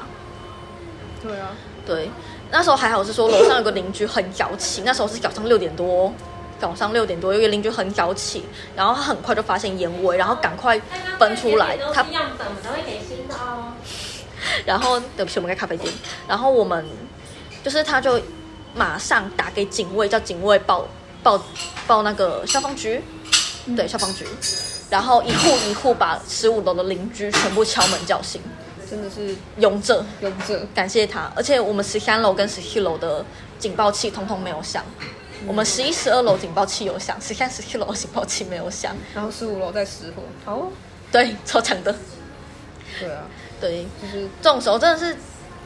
Speaker 1: 对啊，
Speaker 2: 对，那时候还好是说楼上有个邻居很早起，那时候是早上六点多哦，早上六点多有一个邻居很早起，然后他很快就发现烟味，然后赶快奔出来，他
Speaker 3: 他一样的，我们都会给新的哦。
Speaker 2: 然后对不起我们在咖啡店，然后我们就是他就马上打给警卫，叫警卫报报报那个消防局，
Speaker 3: 嗯
Speaker 2: 对消防局，然后一户一户把十五楼的邻居全部敲门叫醒，
Speaker 1: 真的是
Speaker 2: 勇者。
Speaker 1: 勇者，
Speaker 2: 感谢他，而且我们十三楼跟十四楼的警报器通通没有响，我们十一、十二楼警报器有响，十三、十四楼警报器没有响，
Speaker 1: 然后十五楼再失火，好、哦，
Speaker 2: 对，超强的，
Speaker 1: 对啊，
Speaker 2: 对，
Speaker 1: 就是
Speaker 2: 这种时候真的是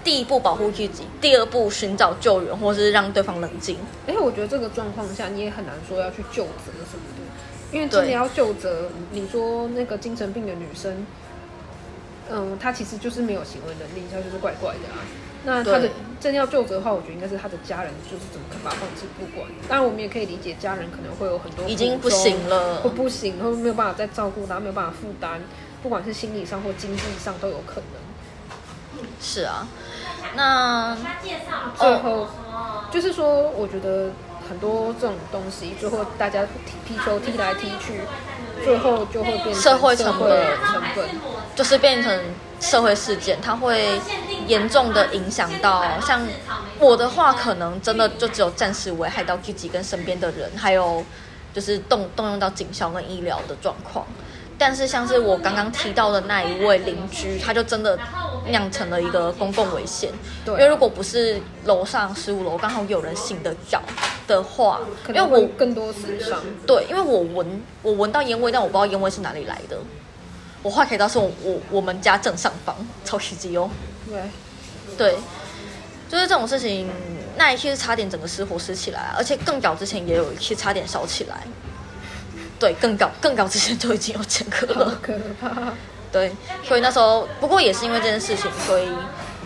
Speaker 2: 第一步保护自己，第二步寻找救援，或是让对方冷静，
Speaker 1: 而哎且我觉得这个状况下，你也很难说要去就责什么的，因为真的
Speaker 2: 对
Speaker 1: 要就责，你说那个精神病的女生，嗯，她其实就是没有行为能力，她就是怪怪的啊。那她的
Speaker 2: 对
Speaker 1: 真要就责的话，我觉得应该是她的家人，就是怎么把她放置不管。当然，我们也可以理解家人可能会有很多
Speaker 2: 已经不
Speaker 1: 苦衷
Speaker 2: 行了
Speaker 1: 或，不行，或没有办法再照顾她，没有办法负担，不管是心理上或经济上都有可能。
Speaker 2: 是啊，那
Speaker 3: 他介绍
Speaker 1: 最后。
Speaker 2: 嗯
Speaker 3: 哦，
Speaker 1: 就是说，我觉得很多这种东西，最后大家踢皮球踢来踢去，最后就会变成
Speaker 2: 社会成本
Speaker 1: 社会成本
Speaker 2: 就是变成社会事件，它会严重的影响到像我的话，可能真的就只有暂时危害到自己跟身边的人，还有就是动动用到警消跟医疗的状况。但是像是我刚刚提到的那一位邻居，他就真的酿成了一个公共危险，因
Speaker 1: 对
Speaker 2: 为如果不是楼上十五楼刚好有人醒得早的话，
Speaker 1: 可
Speaker 2: 因为
Speaker 1: 能
Speaker 2: 我
Speaker 1: 会更多死伤。
Speaker 2: 对，因为我闻我闻到烟味，但我不知道烟味是哪里来的。我后来可以到是我我我们家正上方，超袭击哦。
Speaker 1: 对，
Speaker 2: 对，就是这种事情，那一次是差点整个失火失起来啊，而且更早之前也有一次差点烧起来。对，更早更早之前就已经有前科
Speaker 1: 好
Speaker 2: 了。
Speaker 1: 可怕。
Speaker 2: 对，所以那时候不过也是因为这件事情，所以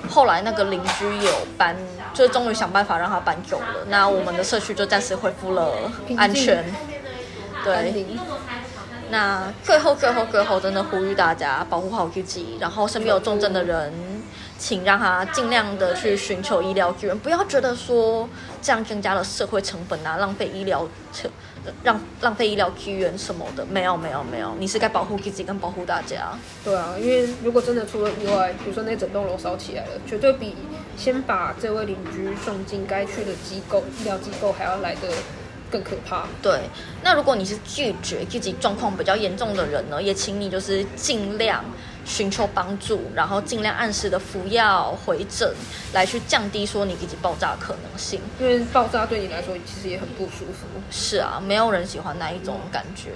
Speaker 2: 后来那个邻居有搬，就是终于想办法让他搬走了。那我们的社区就暂时恢复了
Speaker 1: 平静
Speaker 2: 安全。对，
Speaker 1: 安宁
Speaker 2: 那最后最后最后，真的呼吁大家保护好自己，然后身边有重症的人，请让他尽量的去寻求医疗资源，不要觉得说这样增加了社会成本啊，浪费医疗成让浪费医疗资源什么的，没有没有没有，你是该保护自己跟保护大家。
Speaker 1: 对啊，因为如果真的出了意外，比如说那整栋楼烧起来了，绝对比先把这位邻居送进该去的机构医疗机构还要来的更可怕。
Speaker 2: 对，那如果你是拒绝自己状况比较严重的人呢，也请你就是尽量寻求帮助，然后尽量按时的服药回诊，来去降低说你自己爆炸的可能性。
Speaker 1: 因为爆炸对你来说其实也很不舒服。
Speaker 2: 是啊，没有人喜欢那一种感觉。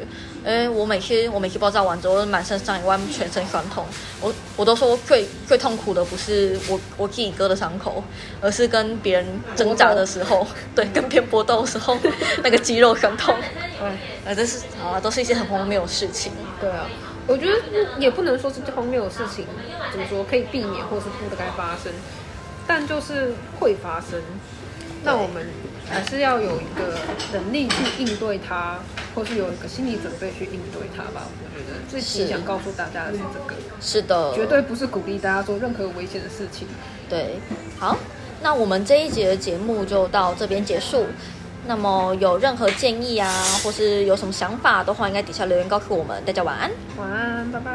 Speaker 2: 哎，我每次我每次爆炸完之后，满身伤以外，全身酸痛。我我都说最最痛苦的不是我我自己割的伤口，而是跟别人挣扎的时候， 对，跟别人搏斗的时候，那个肌肉酸痛。
Speaker 1: 哎，
Speaker 2: 啊，这是啊，都是一些很荒谬的事情。
Speaker 1: 对啊，我觉得也不能说是这方面有事情，怎么说可以避免或是不该发生，但就是会发生。那我们还是要有一个能力去应对它，或是有一个心理准备去应对它吧。我觉得最
Speaker 2: 是
Speaker 1: 己想告诉大家的是这个，
Speaker 2: 是的，
Speaker 1: 绝对不是鼓励大家做任何危险的事情。
Speaker 2: 对。好，那我们这一节的节目就到这边结束。那么有任何建议啊，或是有什么想法的话，应该底下留言告诉我们。大家晚安。
Speaker 1: 晚安，拜拜。